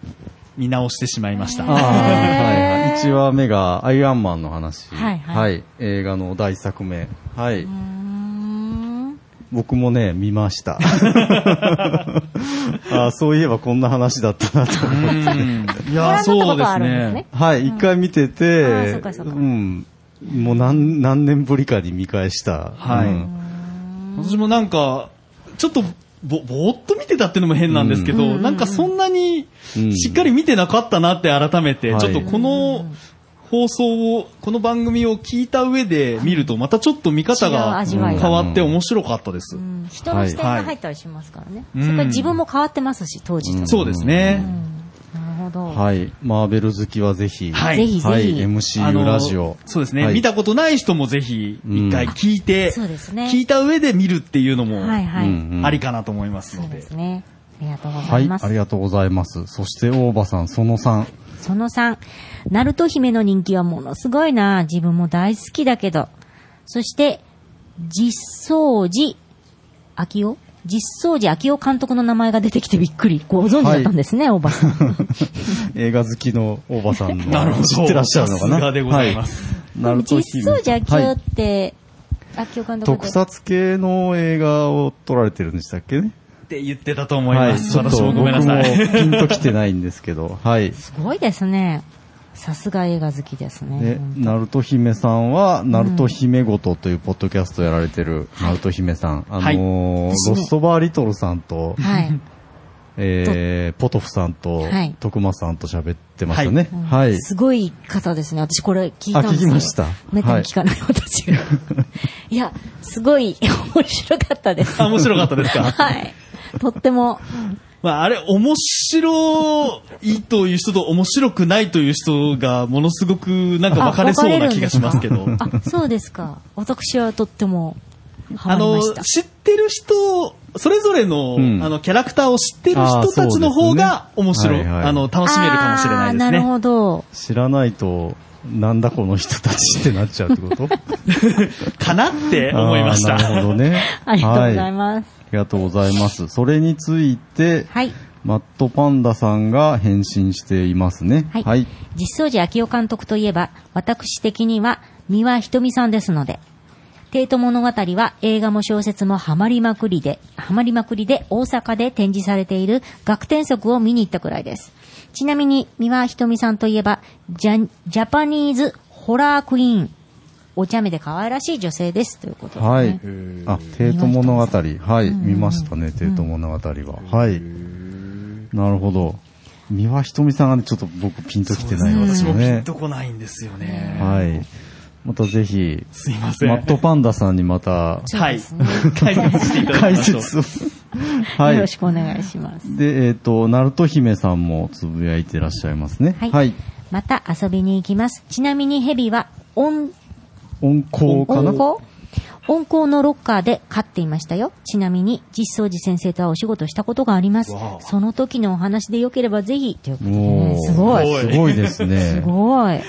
[SPEAKER 4] 見直してしまいまし
[SPEAKER 2] あー
[SPEAKER 4] た。
[SPEAKER 2] はいはい。1話目がアイアンマンの話。
[SPEAKER 3] はいはい
[SPEAKER 2] 映画の第一作目。はいう
[SPEAKER 3] ー。ん。
[SPEAKER 2] 僕もね、見ました。あーそういえばこんな話だったなと思って。
[SPEAKER 4] い
[SPEAKER 3] ご覧にな
[SPEAKER 4] や
[SPEAKER 3] ったことあるんですね。
[SPEAKER 2] はい、一回見てて、
[SPEAKER 3] あーそうかそうか
[SPEAKER 2] ん。もう何、何年ぶりかに見返した。
[SPEAKER 4] はい
[SPEAKER 2] うん
[SPEAKER 4] 私もなんか、ちょっとぼ、ぼーっと見てたっていうのも変なんですけど、なんかそんなに
[SPEAKER 2] うん
[SPEAKER 4] しっかり見てなかったなって改めて、
[SPEAKER 2] はい
[SPEAKER 4] ちょっとこの放送を、この番組を聞いた上で見ると、またちょっと見方
[SPEAKER 3] 違う
[SPEAKER 4] が
[SPEAKER 3] 味
[SPEAKER 4] 変
[SPEAKER 3] わいが
[SPEAKER 4] わって面白かったです。
[SPEAKER 3] うん人の視点が入ったりしますからね。
[SPEAKER 4] はい
[SPEAKER 3] それから自分も変わってますし、当時と。
[SPEAKER 4] そうですね。
[SPEAKER 3] なるほど。
[SPEAKER 2] はい。マーベル好きはぜひ。
[SPEAKER 4] はい
[SPEAKER 3] ぜひぜ
[SPEAKER 2] は
[SPEAKER 3] ひ。
[SPEAKER 2] い、
[SPEAKER 4] あ
[SPEAKER 2] MCU
[SPEAKER 4] の
[SPEAKER 2] ラジオ。
[SPEAKER 4] そうですね、
[SPEAKER 2] はい
[SPEAKER 4] 見たことない人もぜひ一回聞いて、
[SPEAKER 3] そうですね
[SPEAKER 4] 聞いた上で見るっていうのも、
[SPEAKER 3] はいはい。
[SPEAKER 2] うん
[SPEAKER 4] ありかなと思います
[SPEAKER 3] そう
[SPEAKER 4] ので。
[SPEAKER 3] ですね。ありがとうござ
[SPEAKER 2] はいい、
[SPEAKER 3] ます。
[SPEAKER 2] ありがとうございます。そして、大場さん、その3。
[SPEAKER 3] その3、ナルト姫の人気はものすごいな。自分も大好きだけど。そして、実相寺秋夫実相寺秋夫監督の名前が出てきてびっくり。ご存知だったんですね、おばさん。
[SPEAKER 2] 映画好きのおばさん
[SPEAKER 4] なるほ
[SPEAKER 2] の
[SPEAKER 4] ど
[SPEAKER 2] 知ってらっしゃるのか
[SPEAKER 4] さすが
[SPEAKER 2] な。
[SPEAKER 4] でございます
[SPEAKER 2] はい。 ナルト
[SPEAKER 3] 実
[SPEAKER 2] 姫
[SPEAKER 3] 相寺秋夫
[SPEAKER 2] は
[SPEAKER 3] っ
[SPEAKER 2] い
[SPEAKER 3] て、秋夫監督
[SPEAKER 2] 特
[SPEAKER 3] で
[SPEAKER 2] 撮系の映画を撮られてるんでしたっけね。
[SPEAKER 4] って言ってたと思います。
[SPEAKER 2] はい、
[SPEAKER 4] 私も ごめんなさ
[SPEAKER 2] 僕も
[SPEAKER 4] い。
[SPEAKER 2] ピンときてないんですけど、はい。
[SPEAKER 3] すごいですね。さすが映画好きですね
[SPEAKER 2] で。、ナルト姫さんは、ナルト姫ごとというポッドキャストやられてる、ナルト姫さん。あの
[SPEAKER 4] はい
[SPEAKER 2] ーロストバーリトルさんと、
[SPEAKER 3] はい。
[SPEAKER 2] えー、ポトフさんと
[SPEAKER 3] はい、
[SPEAKER 2] 徳間さんと喋ってましたね。 はい。
[SPEAKER 3] すごい方ですね。私これ聞いたんですよ。
[SPEAKER 2] あ聞きました
[SPEAKER 3] めったに聞かない、私 が。いや、すごい面白かったです。
[SPEAKER 4] あ面白かったですか
[SPEAKER 3] はい。とっても、
[SPEAKER 4] まあ、あれ、面白いという人と面白くないという人が、ものすごくなんか分かれそうな気がしますけど。
[SPEAKER 3] あ、そうですか。私はとっても、ハ
[SPEAKER 4] あ
[SPEAKER 3] マりま
[SPEAKER 4] の、
[SPEAKER 3] した。
[SPEAKER 4] 知ってる人、それぞれの、
[SPEAKER 2] うん
[SPEAKER 4] あの、キャラクターを知ってる人たちの方
[SPEAKER 2] あ
[SPEAKER 4] が
[SPEAKER 2] ーそう
[SPEAKER 4] 面
[SPEAKER 2] ですね
[SPEAKER 4] 白
[SPEAKER 2] は
[SPEAKER 4] い、
[SPEAKER 2] いはい
[SPEAKER 4] あの、楽しめるかもしれないです
[SPEAKER 3] あーな
[SPEAKER 4] ね。
[SPEAKER 3] るほど。。
[SPEAKER 2] 知らないと、なんだこの人たちってなっちゃうってこと
[SPEAKER 4] かなって思いました。
[SPEAKER 2] あーなるほどね
[SPEAKER 3] ありがとうござい
[SPEAKER 2] は
[SPEAKER 3] ます。
[SPEAKER 2] ありがとうございます。それについて、
[SPEAKER 3] はい。
[SPEAKER 2] マットパンダさんが返信していますね。
[SPEAKER 3] はい。
[SPEAKER 2] はい。
[SPEAKER 3] 実相寺昭夫監督といえば、私的には三輪瞳さんですので、帝都物語は映画も小説もハマりまくりで、ハマりまくりで大阪で展示されている学天則を見に行ったくらいです。ちなみに三輪瞳さんといえば、ジャ、ジャパニーズホラークイーン。お茶目で可愛らしい女性です。ということですね。
[SPEAKER 2] はい。あ、帝都物語。はい。見ましたね、帝都物語は。はい。なるほど。三輪ひとみさんがね、ちょっと僕ピンときてないわけ
[SPEAKER 4] 私もピン
[SPEAKER 2] ね。
[SPEAKER 4] とこないんですよね。
[SPEAKER 2] はい。またぜひ、
[SPEAKER 4] すいません。
[SPEAKER 2] マットパンダさんにまた
[SPEAKER 4] はい。
[SPEAKER 3] そうです
[SPEAKER 4] 解説していただきま
[SPEAKER 2] 解
[SPEAKER 4] しょう。
[SPEAKER 2] 説を。は
[SPEAKER 3] よろ
[SPEAKER 2] い
[SPEAKER 3] し。くお願いします。
[SPEAKER 2] で、えっと、ナルト姫さんもつぶやいてらっしゃいますね。
[SPEAKER 3] はい
[SPEAKER 2] はい。
[SPEAKER 3] また遊びに行きます。ちなみにヘビは、オン
[SPEAKER 2] 温厚かな
[SPEAKER 3] 温厚温厚のロッカーで飼っていましたよ。ちなみに、実相寺先生とはお仕事したことがあります
[SPEAKER 4] わあ。
[SPEAKER 3] その時のお話でよければぜひ、ということで
[SPEAKER 2] お
[SPEAKER 3] ね
[SPEAKER 2] ー
[SPEAKER 3] すごい。
[SPEAKER 2] すごいですね。
[SPEAKER 3] すごい。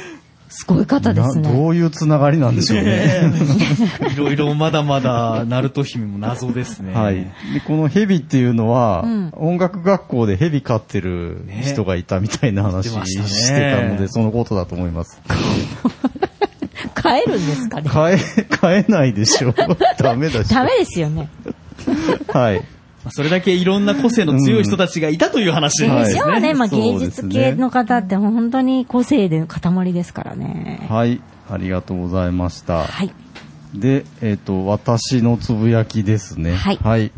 [SPEAKER 3] すごい方です
[SPEAKER 2] な
[SPEAKER 3] ね。
[SPEAKER 2] どういうつながりなんでしょうね。
[SPEAKER 4] いろいろまだまだ、ナルト姫も謎です ね。
[SPEAKER 2] はい。で、このヘビっていうのは、
[SPEAKER 3] うん
[SPEAKER 2] 音楽学校でヘビ飼ってる人がいたみたいな話
[SPEAKER 4] ね言ってまし
[SPEAKER 2] したて
[SPEAKER 4] ね
[SPEAKER 2] たので、そのことだと思います。
[SPEAKER 3] 飼えるんですかね。
[SPEAKER 2] 飼え、 飼えない でしょ。ダメだし。
[SPEAKER 3] ダメですよね。
[SPEAKER 2] はい。
[SPEAKER 4] まあそれだけいろんな個性の強い人たちがいたという話
[SPEAKER 3] で
[SPEAKER 4] なんです
[SPEAKER 3] し
[SPEAKER 4] ね。
[SPEAKER 3] ょうね。まあ、
[SPEAKER 2] そう
[SPEAKER 3] 芸
[SPEAKER 2] です
[SPEAKER 3] 術
[SPEAKER 2] ね
[SPEAKER 3] 系の方って本当に個性での塊ですからね。
[SPEAKER 2] はい。ありがとうございました。
[SPEAKER 3] はい。
[SPEAKER 2] で、えっ、と、私のつぶやきですね。
[SPEAKER 3] はい
[SPEAKER 2] はい。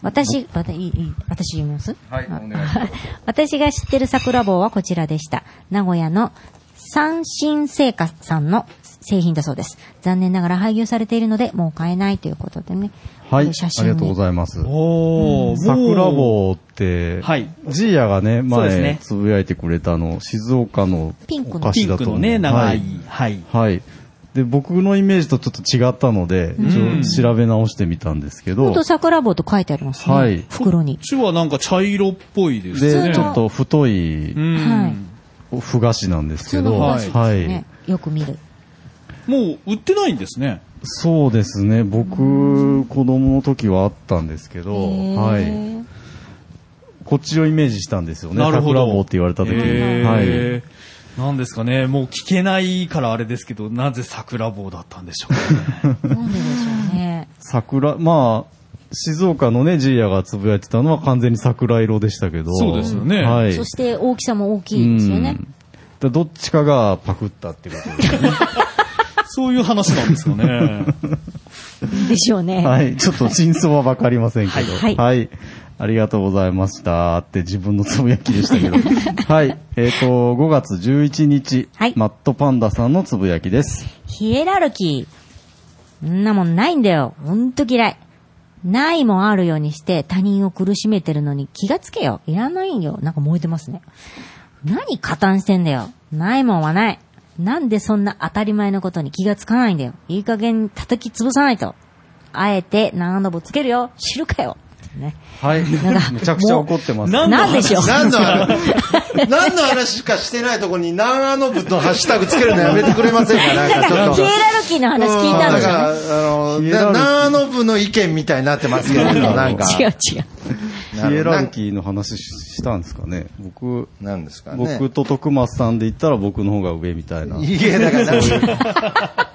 [SPEAKER 3] 私、わたいいいい私読みます
[SPEAKER 2] はい
[SPEAKER 3] あ
[SPEAKER 2] お願いしま
[SPEAKER 3] 私が知ってる桜棒はこちらでした。名古屋の三新製菓さんの製品だそうです。残念ながら廃業されているので、もう買えないということでね。
[SPEAKER 2] はい。
[SPEAKER 3] こうう写
[SPEAKER 2] あ
[SPEAKER 3] 真
[SPEAKER 2] りがとうご
[SPEAKER 3] い
[SPEAKER 2] ざいます。
[SPEAKER 4] おー、
[SPEAKER 2] 桜
[SPEAKER 4] もう
[SPEAKER 2] 棒って、
[SPEAKER 4] はい
[SPEAKER 2] ジーヤがね、
[SPEAKER 4] そうです
[SPEAKER 2] 前
[SPEAKER 4] ね
[SPEAKER 2] つぶやいてくれたあの、静岡の
[SPEAKER 3] ピンク
[SPEAKER 2] お
[SPEAKER 3] の
[SPEAKER 2] 菓
[SPEAKER 4] ピ
[SPEAKER 2] 子
[SPEAKER 4] ン
[SPEAKER 2] だ
[SPEAKER 4] ク
[SPEAKER 2] と思
[SPEAKER 4] の
[SPEAKER 2] う
[SPEAKER 4] ね、長。
[SPEAKER 2] はい
[SPEAKER 4] はい。
[SPEAKER 2] はい。で、僕のイメージとちょっと違ったので、
[SPEAKER 4] ん
[SPEAKER 2] ちょ調べ直してみたんですけ
[SPEAKER 3] ます。ほん
[SPEAKER 2] ど
[SPEAKER 3] と、桜棒と書いてありますね。
[SPEAKER 2] はい
[SPEAKER 3] 袋に
[SPEAKER 4] こっ。ちはなんか茶色っぽいですね。
[SPEAKER 2] で、ちょっと太い
[SPEAKER 4] うん。
[SPEAKER 3] はい
[SPEAKER 2] ふ菓子なんで
[SPEAKER 3] 普
[SPEAKER 2] すけ
[SPEAKER 3] 通
[SPEAKER 2] ど、
[SPEAKER 3] のお菓子ですね、
[SPEAKER 2] はい。
[SPEAKER 3] よく見る。
[SPEAKER 4] もう売ってないんですね。
[SPEAKER 2] そうですね、僕、子供の時はあったんですけど、はい。
[SPEAKER 3] い。
[SPEAKER 2] こっちをイメージしたんですよね、
[SPEAKER 4] なる
[SPEAKER 2] 桜
[SPEAKER 4] ほど。
[SPEAKER 2] 棒って言われた時に。はい。
[SPEAKER 4] へーなんですかね、もう聞けないからあれですけど、なぜ桜棒だったんでしょうかね。
[SPEAKER 3] なんででしょうね。
[SPEAKER 2] 桜、まあ、静岡のね、ジーヤがつぶやいてたのは完全に桜色でしたけど。
[SPEAKER 4] そうですよ ね
[SPEAKER 2] はい。
[SPEAKER 3] そして大きさも大きいですよね
[SPEAKER 2] うん。だどっちかがパクったってことです ね。
[SPEAKER 4] そういう話なんですか ね。
[SPEAKER 3] でしょうね。
[SPEAKER 2] はい。ちょっと真相はわかりませんけど。
[SPEAKER 3] は
[SPEAKER 2] はいい。ありがとうございましたって自分のつぶやきでしたけ ど。はい。えっ、と、5月11日、
[SPEAKER 3] はい
[SPEAKER 2] マットパンダさんのつぶやきです。
[SPEAKER 3] ヒエラルキー。んなもんないんだよ。ほんと嫌い。ないもんあるようにして他人を苦しめてるのに気がつけよ。いらないよ。なんか燃えてますね。何加担してんだよ。ないもんはない。なんでそんな当たり前のことに気がつかないんだよ。いい加減叩き潰さないと。あえて長野ぶつけるよ。知るかよ。ね。
[SPEAKER 2] はい。めちゃくちゃ怒ってます。
[SPEAKER 4] なん
[SPEAKER 3] なんでしょう。
[SPEAKER 5] 何の話、何の話しかしてないとこに、長野部とハッシュタグつけるのやめてくれ ませんかなんかちょっ
[SPEAKER 3] ヒエ
[SPEAKER 5] と。
[SPEAKER 3] ラルキーの話聞いたん
[SPEAKER 5] だ
[SPEAKER 3] でし
[SPEAKER 5] か
[SPEAKER 3] ょうね
[SPEAKER 5] ら、あの、
[SPEAKER 2] ヒエラルキー
[SPEAKER 5] 長野部の意見みたいになってますけれど、なんか。
[SPEAKER 3] 違う違う。
[SPEAKER 2] ヒエラルキーの話ししたんですかね。僕、
[SPEAKER 5] なんですかね。
[SPEAKER 2] 僕と徳松さんで言ったら僕の方が上みたいな。
[SPEAKER 5] いや、だからなんか、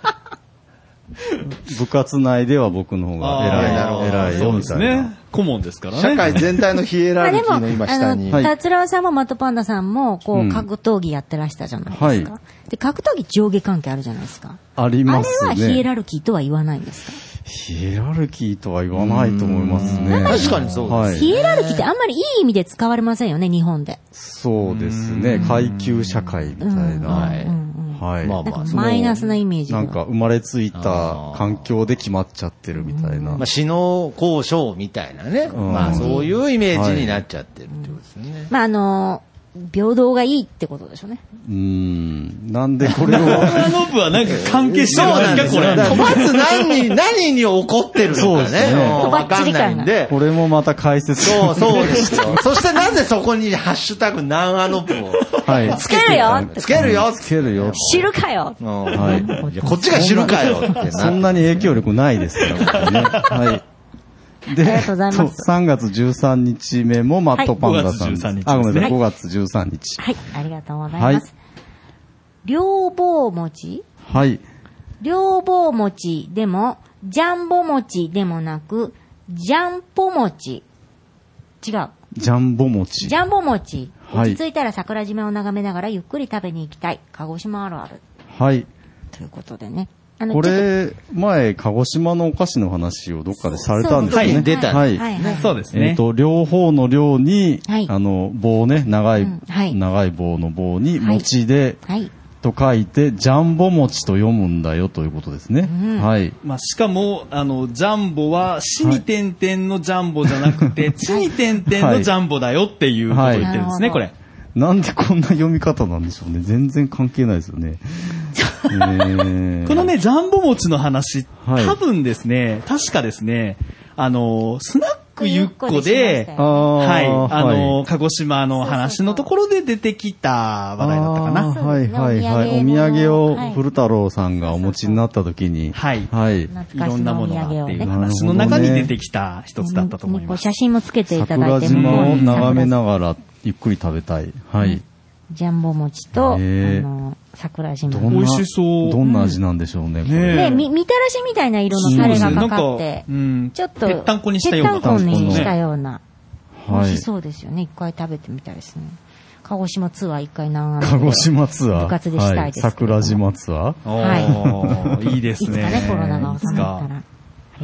[SPEAKER 2] 部活内では僕の方が
[SPEAKER 5] あー
[SPEAKER 2] 偉い、偉い
[SPEAKER 4] そ
[SPEAKER 2] よ
[SPEAKER 4] うで
[SPEAKER 2] み
[SPEAKER 4] す
[SPEAKER 2] たいな
[SPEAKER 4] ね。。顧問ですからね。
[SPEAKER 5] 社会全体のヒエ
[SPEAKER 3] ま
[SPEAKER 5] ラ
[SPEAKER 3] あ
[SPEAKER 5] ル
[SPEAKER 3] で
[SPEAKER 5] キ
[SPEAKER 3] も、あ
[SPEAKER 5] ーの今下に。
[SPEAKER 3] の、
[SPEAKER 2] はい
[SPEAKER 3] 達郎さんもマットパンダさんも、こ
[SPEAKER 2] う
[SPEAKER 3] う、
[SPEAKER 2] ん
[SPEAKER 3] 格闘技やってらしたじゃないですか。
[SPEAKER 2] はい
[SPEAKER 3] で、格闘技上下関係あるじゃないですか。
[SPEAKER 2] あり
[SPEAKER 3] あ
[SPEAKER 2] ま
[SPEAKER 3] れ
[SPEAKER 2] す
[SPEAKER 3] は
[SPEAKER 2] ね。
[SPEAKER 3] ヒエラルキーとは言わないんですか、
[SPEAKER 2] ヒエラルキーとは言わないと思いますね。
[SPEAKER 5] 確かにそうです
[SPEAKER 2] はい
[SPEAKER 3] ヒエラルキーってあんまりいい意味で使われませんよね、日本で。
[SPEAKER 2] そうですね。階級社会みたいな。
[SPEAKER 5] はい
[SPEAKER 2] はい。
[SPEAKER 5] まあまあ
[SPEAKER 3] なんかマイナスなイメージが
[SPEAKER 2] なんか生まれついた環境で決まっちゃってるみたいな
[SPEAKER 5] まあ、。死の交渉みたいなね。
[SPEAKER 2] ん
[SPEAKER 5] まあ、そういうイメージになっちゃってるってことですね。
[SPEAKER 3] まあ、あのー平等がいいってことでしょうね。
[SPEAKER 2] うん。なんでこれを。
[SPEAKER 4] 長野部はなんか関係して
[SPEAKER 5] そう
[SPEAKER 4] るん
[SPEAKER 5] なん
[SPEAKER 4] で
[SPEAKER 5] です
[SPEAKER 4] か、
[SPEAKER 5] す
[SPEAKER 4] こ
[SPEAKER 5] よ。
[SPEAKER 4] れ。
[SPEAKER 5] だからまず何に、何に怒ってるの
[SPEAKER 2] そう
[SPEAKER 5] か
[SPEAKER 2] ですね
[SPEAKER 5] ね。もう
[SPEAKER 3] とば
[SPEAKER 5] わ
[SPEAKER 3] っ
[SPEAKER 5] か
[SPEAKER 3] ち
[SPEAKER 5] ん
[SPEAKER 3] り
[SPEAKER 5] な
[SPEAKER 3] 感
[SPEAKER 5] い
[SPEAKER 3] が
[SPEAKER 5] んで。
[SPEAKER 2] これもまた解説
[SPEAKER 5] そう、そうですよ。そしてなぜそこにハッシュタグ南アノプを
[SPEAKER 2] はい。
[SPEAKER 3] つけるよって
[SPEAKER 5] つけるよ
[SPEAKER 2] つけるよ。
[SPEAKER 3] 知るかよ
[SPEAKER 5] うん
[SPEAKER 2] はい
[SPEAKER 5] いやこっちが知るかよってなって
[SPEAKER 2] そんなに影響力ないですから、ね。はい。で、
[SPEAKER 3] ありがとうございます
[SPEAKER 2] そう3月13日目もマットパンダさんです。
[SPEAKER 4] はい5月13日ですね
[SPEAKER 2] あ、ごめんなさい、5月13日。
[SPEAKER 3] はい、ありがとうございます。両棒餅
[SPEAKER 2] はい。
[SPEAKER 3] 両棒餅でも、ジャンボ餅でもなく、ジャンポ餅。違う。
[SPEAKER 2] ジャンボ餅。
[SPEAKER 3] ジャンボ餅。
[SPEAKER 2] はい
[SPEAKER 3] 落ち着いたら桜島を眺めながらゆっくり食べに行きたい。鹿児島あるある。
[SPEAKER 2] はい。
[SPEAKER 3] ということでね。あ
[SPEAKER 2] こ
[SPEAKER 3] ちょっ
[SPEAKER 2] れ、前、鹿児島のお菓子の話をどっかでされたんですよ
[SPEAKER 5] は
[SPEAKER 2] ね。
[SPEAKER 5] い出た
[SPEAKER 2] は
[SPEAKER 3] と
[SPEAKER 2] い。
[SPEAKER 3] はいはい。
[SPEAKER 4] そうです
[SPEAKER 2] えっ、
[SPEAKER 4] ね。
[SPEAKER 2] と、両方の量に、
[SPEAKER 3] はい
[SPEAKER 2] あの、棒ね、長い、
[SPEAKER 3] うんはい
[SPEAKER 2] 長い棒の棒に、
[SPEAKER 3] はい
[SPEAKER 2] 餅で、
[SPEAKER 3] はい。
[SPEAKER 2] と書いて、ジャンボ餅と読むんだよということですね。
[SPEAKER 3] ん
[SPEAKER 2] はい。
[SPEAKER 4] まあ、しかも、あの、ジャンボは、死に点々のジャンボじゃなくて、地に点々のジャンボだよっていうことを言ってるんですね、
[SPEAKER 3] はい
[SPEAKER 4] これ。
[SPEAKER 2] なんでこんな読み方なんでしょうね。全然関係ないですよ ね。えー
[SPEAKER 4] この、ね、ジャンボ餅の話、
[SPEAKER 2] はい
[SPEAKER 4] 多分ですね、確かですね、あの、スナックゆっこで、
[SPEAKER 2] あー
[SPEAKER 4] はい、あ
[SPEAKER 2] はい
[SPEAKER 4] の、鹿児島の話のところで出てきた話題だったか
[SPEAKER 2] あ
[SPEAKER 4] な。
[SPEAKER 2] ーはいはいはい。
[SPEAKER 3] そう
[SPEAKER 2] お
[SPEAKER 3] ですねお
[SPEAKER 2] 土
[SPEAKER 3] 土
[SPEAKER 2] 産
[SPEAKER 3] 産
[SPEAKER 2] を
[SPEAKER 3] を
[SPEAKER 2] 古太郎さんがお持ちになった時に。
[SPEAKER 4] はい
[SPEAKER 2] はい。
[SPEAKER 4] い
[SPEAKER 3] 懐か
[SPEAKER 4] ろ
[SPEAKER 3] し
[SPEAKER 4] んな
[SPEAKER 3] の
[SPEAKER 4] も
[SPEAKER 3] お
[SPEAKER 4] の
[SPEAKER 3] 土
[SPEAKER 4] が
[SPEAKER 3] 産
[SPEAKER 4] っ
[SPEAKER 3] を
[SPEAKER 4] ていう
[SPEAKER 3] ね。
[SPEAKER 4] 話の中に出てきた一つだったと思い
[SPEAKER 3] こう
[SPEAKER 4] ます。
[SPEAKER 3] 写真もつけていただ
[SPEAKER 2] 桜
[SPEAKER 3] いても
[SPEAKER 2] 島を眺め
[SPEAKER 3] うん
[SPEAKER 2] ながらゆっくり食べたい。はい。
[SPEAKER 3] ジャンボ餅と、あ
[SPEAKER 2] へー
[SPEAKER 3] の、桜島
[SPEAKER 2] ど
[SPEAKER 3] の
[SPEAKER 2] んな、
[SPEAKER 4] 美味しそう
[SPEAKER 2] どんな味なんでしょうね。こ
[SPEAKER 4] ね
[SPEAKER 2] れ
[SPEAKER 4] え
[SPEAKER 3] で、み、みたらしみたいな色のタレがかかって、
[SPEAKER 4] うん
[SPEAKER 3] ちょっと、
[SPEAKER 4] ぺったんこにしたような
[SPEAKER 3] ぺったんこに
[SPEAKER 2] ね
[SPEAKER 3] したような。美
[SPEAKER 2] は
[SPEAKER 3] 味
[SPEAKER 2] い
[SPEAKER 3] し。そうですよね。一回食べてみたいですね。鹿児島ツアー一回長野で
[SPEAKER 2] 鹿児島ツアー。
[SPEAKER 3] 部活でしたいですけど
[SPEAKER 2] は桜島ツアー。
[SPEAKER 4] おーいいで
[SPEAKER 3] いつ
[SPEAKER 4] す
[SPEAKER 3] か
[SPEAKER 4] ね。
[SPEAKER 3] ね、コロナが収まった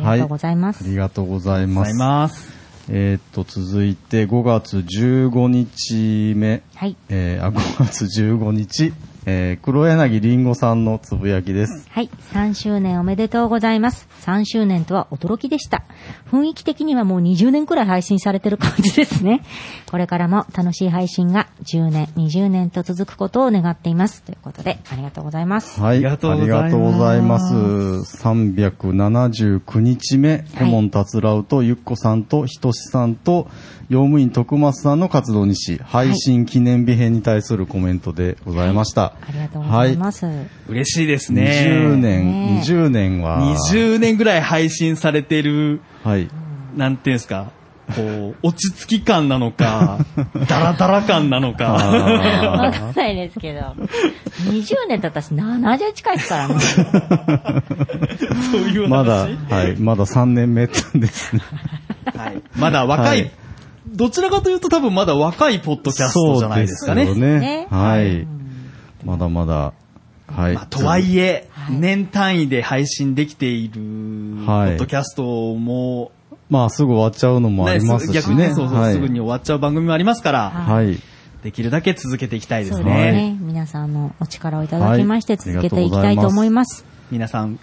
[SPEAKER 3] ら。ありがとうございます。
[SPEAKER 2] ありがとうござい
[SPEAKER 4] ありがとうご
[SPEAKER 2] ま
[SPEAKER 4] ざい
[SPEAKER 2] す。
[SPEAKER 4] ます。
[SPEAKER 2] えーっと、続いて5月15日目。
[SPEAKER 3] はい。
[SPEAKER 2] えーあ、5月15日。えー黒柳りんごさんのつぶやきです。
[SPEAKER 3] はい。3周年おめでとうございます。3周年とは驚きでした。雰囲気的にはもう20年くらい配信されてる感じですね。これからも楽しい配信が10年、20年と続くことを願っています。ということで、ありがとうございます。
[SPEAKER 2] はい。あ
[SPEAKER 4] あ
[SPEAKER 2] り
[SPEAKER 4] り
[SPEAKER 2] が
[SPEAKER 4] が
[SPEAKER 2] と
[SPEAKER 4] と
[SPEAKER 2] う
[SPEAKER 4] う
[SPEAKER 2] ご
[SPEAKER 4] ご
[SPEAKER 2] ざ
[SPEAKER 4] ざ
[SPEAKER 2] い
[SPEAKER 4] い
[SPEAKER 2] ま。
[SPEAKER 4] ますす
[SPEAKER 2] 379日目、顧問達郎とゆっこさんとひとしさんと、用務員徳松さんの活動にし、配信記念日編に対するコメントでございました。
[SPEAKER 3] ありがとうござい
[SPEAKER 2] は
[SPEAKER 3] ます。
[SPEAKER 4] 嬉しいです
[SPEAKER 2] い。
[SPEAKER 4] ね。
[SPEAKER 2] 20年、
[SPEAKER 3] ね
[SPEAKER 2] 20年は、
[SPEAKER 4] 20年ぐらい配信されてる、
[SPEAKER 2] はい。
[SPEAKER 4] なんていうんですか、こう、落ち着き感な のか、ダラダラ感なのか。
[SPEAKER 3] わかんないですけど。20年経ったし、70近いですからね。
[SPEAKER 4] そうい う話。
[SPEAKER 2] まだ、はい、まだ3年目なんです ね。
[SPEAKER 4] はいまだ若い,、
[SPEAKER 2] はい
[SPEAKER 4] どちらかというと多分まだ若いポッドキャストじゃないですかね。
[SPEAKER 2] そうですよね
[SPEAKER 3] ね。
[SPEAKER 2] はい。まだまだ、はい。
[SPEAKER 4] まあ、とはいえ、
[SPEAKER 3] はい
[SPEAKER 4] 年単位で配信できている、ポ
[SPEAKER 2] はい
[SPEAKER 4] ッドキャストも、
[SPEAKER 2] まあ、すぐ終わっちゃうのもありますし
[SPEAKER 4] 逆にね
[SPEAKER 2] ね。
[SPEAKER 4] そうそう、
[SPEAKER 2] はい
[SPEAKER 4] すぐに終わっちゃう番組もありますから、
[SPEAKER 2] はい。
[SPEAKER 4] できるだけ続けていきたいで
[SPEAKER 3] そう
[SPEAKER 4] す
[SPEAKER 3] です
[SPEAKER 4] ね。
[SPEAKER 3] ね。皆さんのお力をいただきまして、
[SPEAKER 2] はい
[SPEAKER 3] 続けていきたいと思います。
[SPEAKER 4] 皆さん、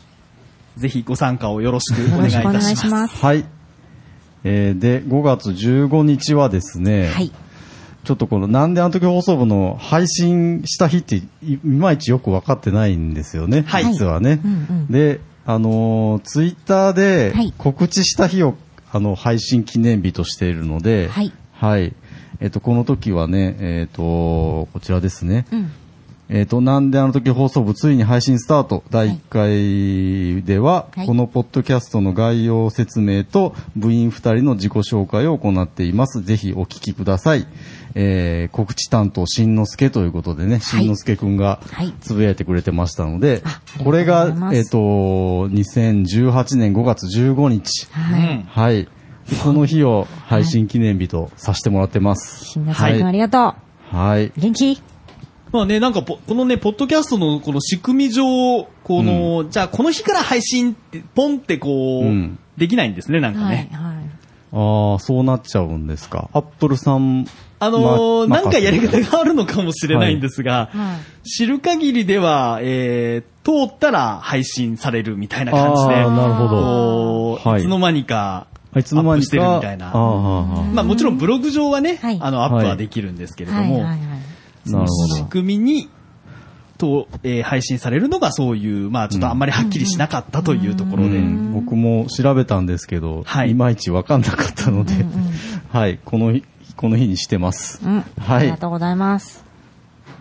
[SPEAKER 4] ぜひご参加をよろしくお
[SPEAKER 3] よ
[SPEAKER 4] 願
[SPEAKER 3] ろ
[SPEAKER 4] いいた
[SPEAKER 3] し
[SPEAKER 4] し
[SPEAKER 3] くお
[SPEAKER 4] ま
[SPEAKER 3] 願
[SPEAKER 4] す。
[SPEAKER 3] いします。
[SPEAKER 2] はい。えーで、5月15日はですね、
[SPEAKER 3] はい。
[SPEAKER 2] ちょっとこの、なんであの時放送部の配信した日ってい、いまいちよく分かってないんですよね、
[SPEAKER 4] はい
[SPEAKER 2] 実はね。
[SPEAKER 3] うんうん
[SPEAKER 2] で、あのツイッター Twitter で
[SPEAKER 3] はい
[SPEAKER 2] 告知した日を、あの、配信記念日としているので、
[SPEAKER 3] はい
[SPEAKER 2] はいえっ、と、この時はね、えっ、と、こちらですね。
[SPEAKER 3] うん。
[SPEAKER 2] えっ、と、なんであの時放送部ついに配信スタート第1回では、
[SPEAKER 3] はい
[SPEAKER 2] このポッドキャストの概要説明と部員2人の自己紹介を行っています。ぜひお聞きください。えー、告知担当、しんのすけということでね、しんのすけくんが
[SPEAKER 3] はい
[SPEAKER 2] つぶやいてくれてましたので、
[SPEAKER 3] あありがとうご
[SPEAKER 2] こ
[SPEAKER 3] ざ
[SPEAKER 2] れ
[SPEAKER 3] いま
[SPEAKER 2] が
[SPEAKER 3] す、
[SPEAKER 2] えっ、と、2018年5月15日。
[SPEAKER 3] はい。
[SPEAKER 2] はい。この日を配信記念日とさせてもらってます。
[SPEAKER 3] 新田さん、いつもあ
[SPEAKER 2] はい。
[SPEAKER 3] りがとう。
[SPEAKER 2] はい。
[SPEAKER 3] 元気
[SPEAKER 4] まあね、なんかポ、このね、ポッドキャストのこの仕組み上、この、じゃあこの日から配信って、ポンってこう、
[SPEAKER 2] うん
[SPEAKER 4] できないんですね、なんかね。
[SPEAKER 3] はい、はい。
[SPEAKER 2] ああ、そうなっちゃうんですか。アップルさん。
[SPEAKER 4] あのー
[SPEAKER 2] ま
[SPEAKER 4] なんかやり方があるのかもしれないんですが、
[SPEAKER 3] はい
[SPEAKER 4] 知る限りでは、えー、通ったら配信されるみたいな感じで、
[SPEAKER 2] ああ、なるほど。
[SPEAKER 4] こういつの間にか、
[SPEAKER 2] あいつの間にか
[SPEAKER 4] アップしてるみたい
[SPEAKER 2] ああ
[SPEAKER 4] な
[SPEAKER 2] ああ
[SPEAKER 4] まあもちろんブログ上はね、
[SPEAKER 3] はい
[SPEAKER 4] あの、アップはできるんですけれども、
[SPEAKER 3] はい、はい、はい。
[SPEAKER 4] そ
[SPEAKER 2] な
[SPEAKER 4] の
[SPEAKER 2] るほ
[SPEAKER 4] 仕
[SPEAKER 2] ど。
[SPEAKER 4] 組みに、と、えー配信されるのがそういう、まあちょっとあんまりはっきりしなかったというところで、
[SPEAKER 2] うん僕も調べたんですけど、
[SPEAKER 4] はい
[SPEAKER 2] い、まいちわかんなかったので、 はい、この日、この日にしてます。
[SPEAKER 3] うん。あ
[SPEAKER 2] は
[SPEAKER 3] り
[SPEAKER 2] い
[SPEAKER 3] が。とうございます。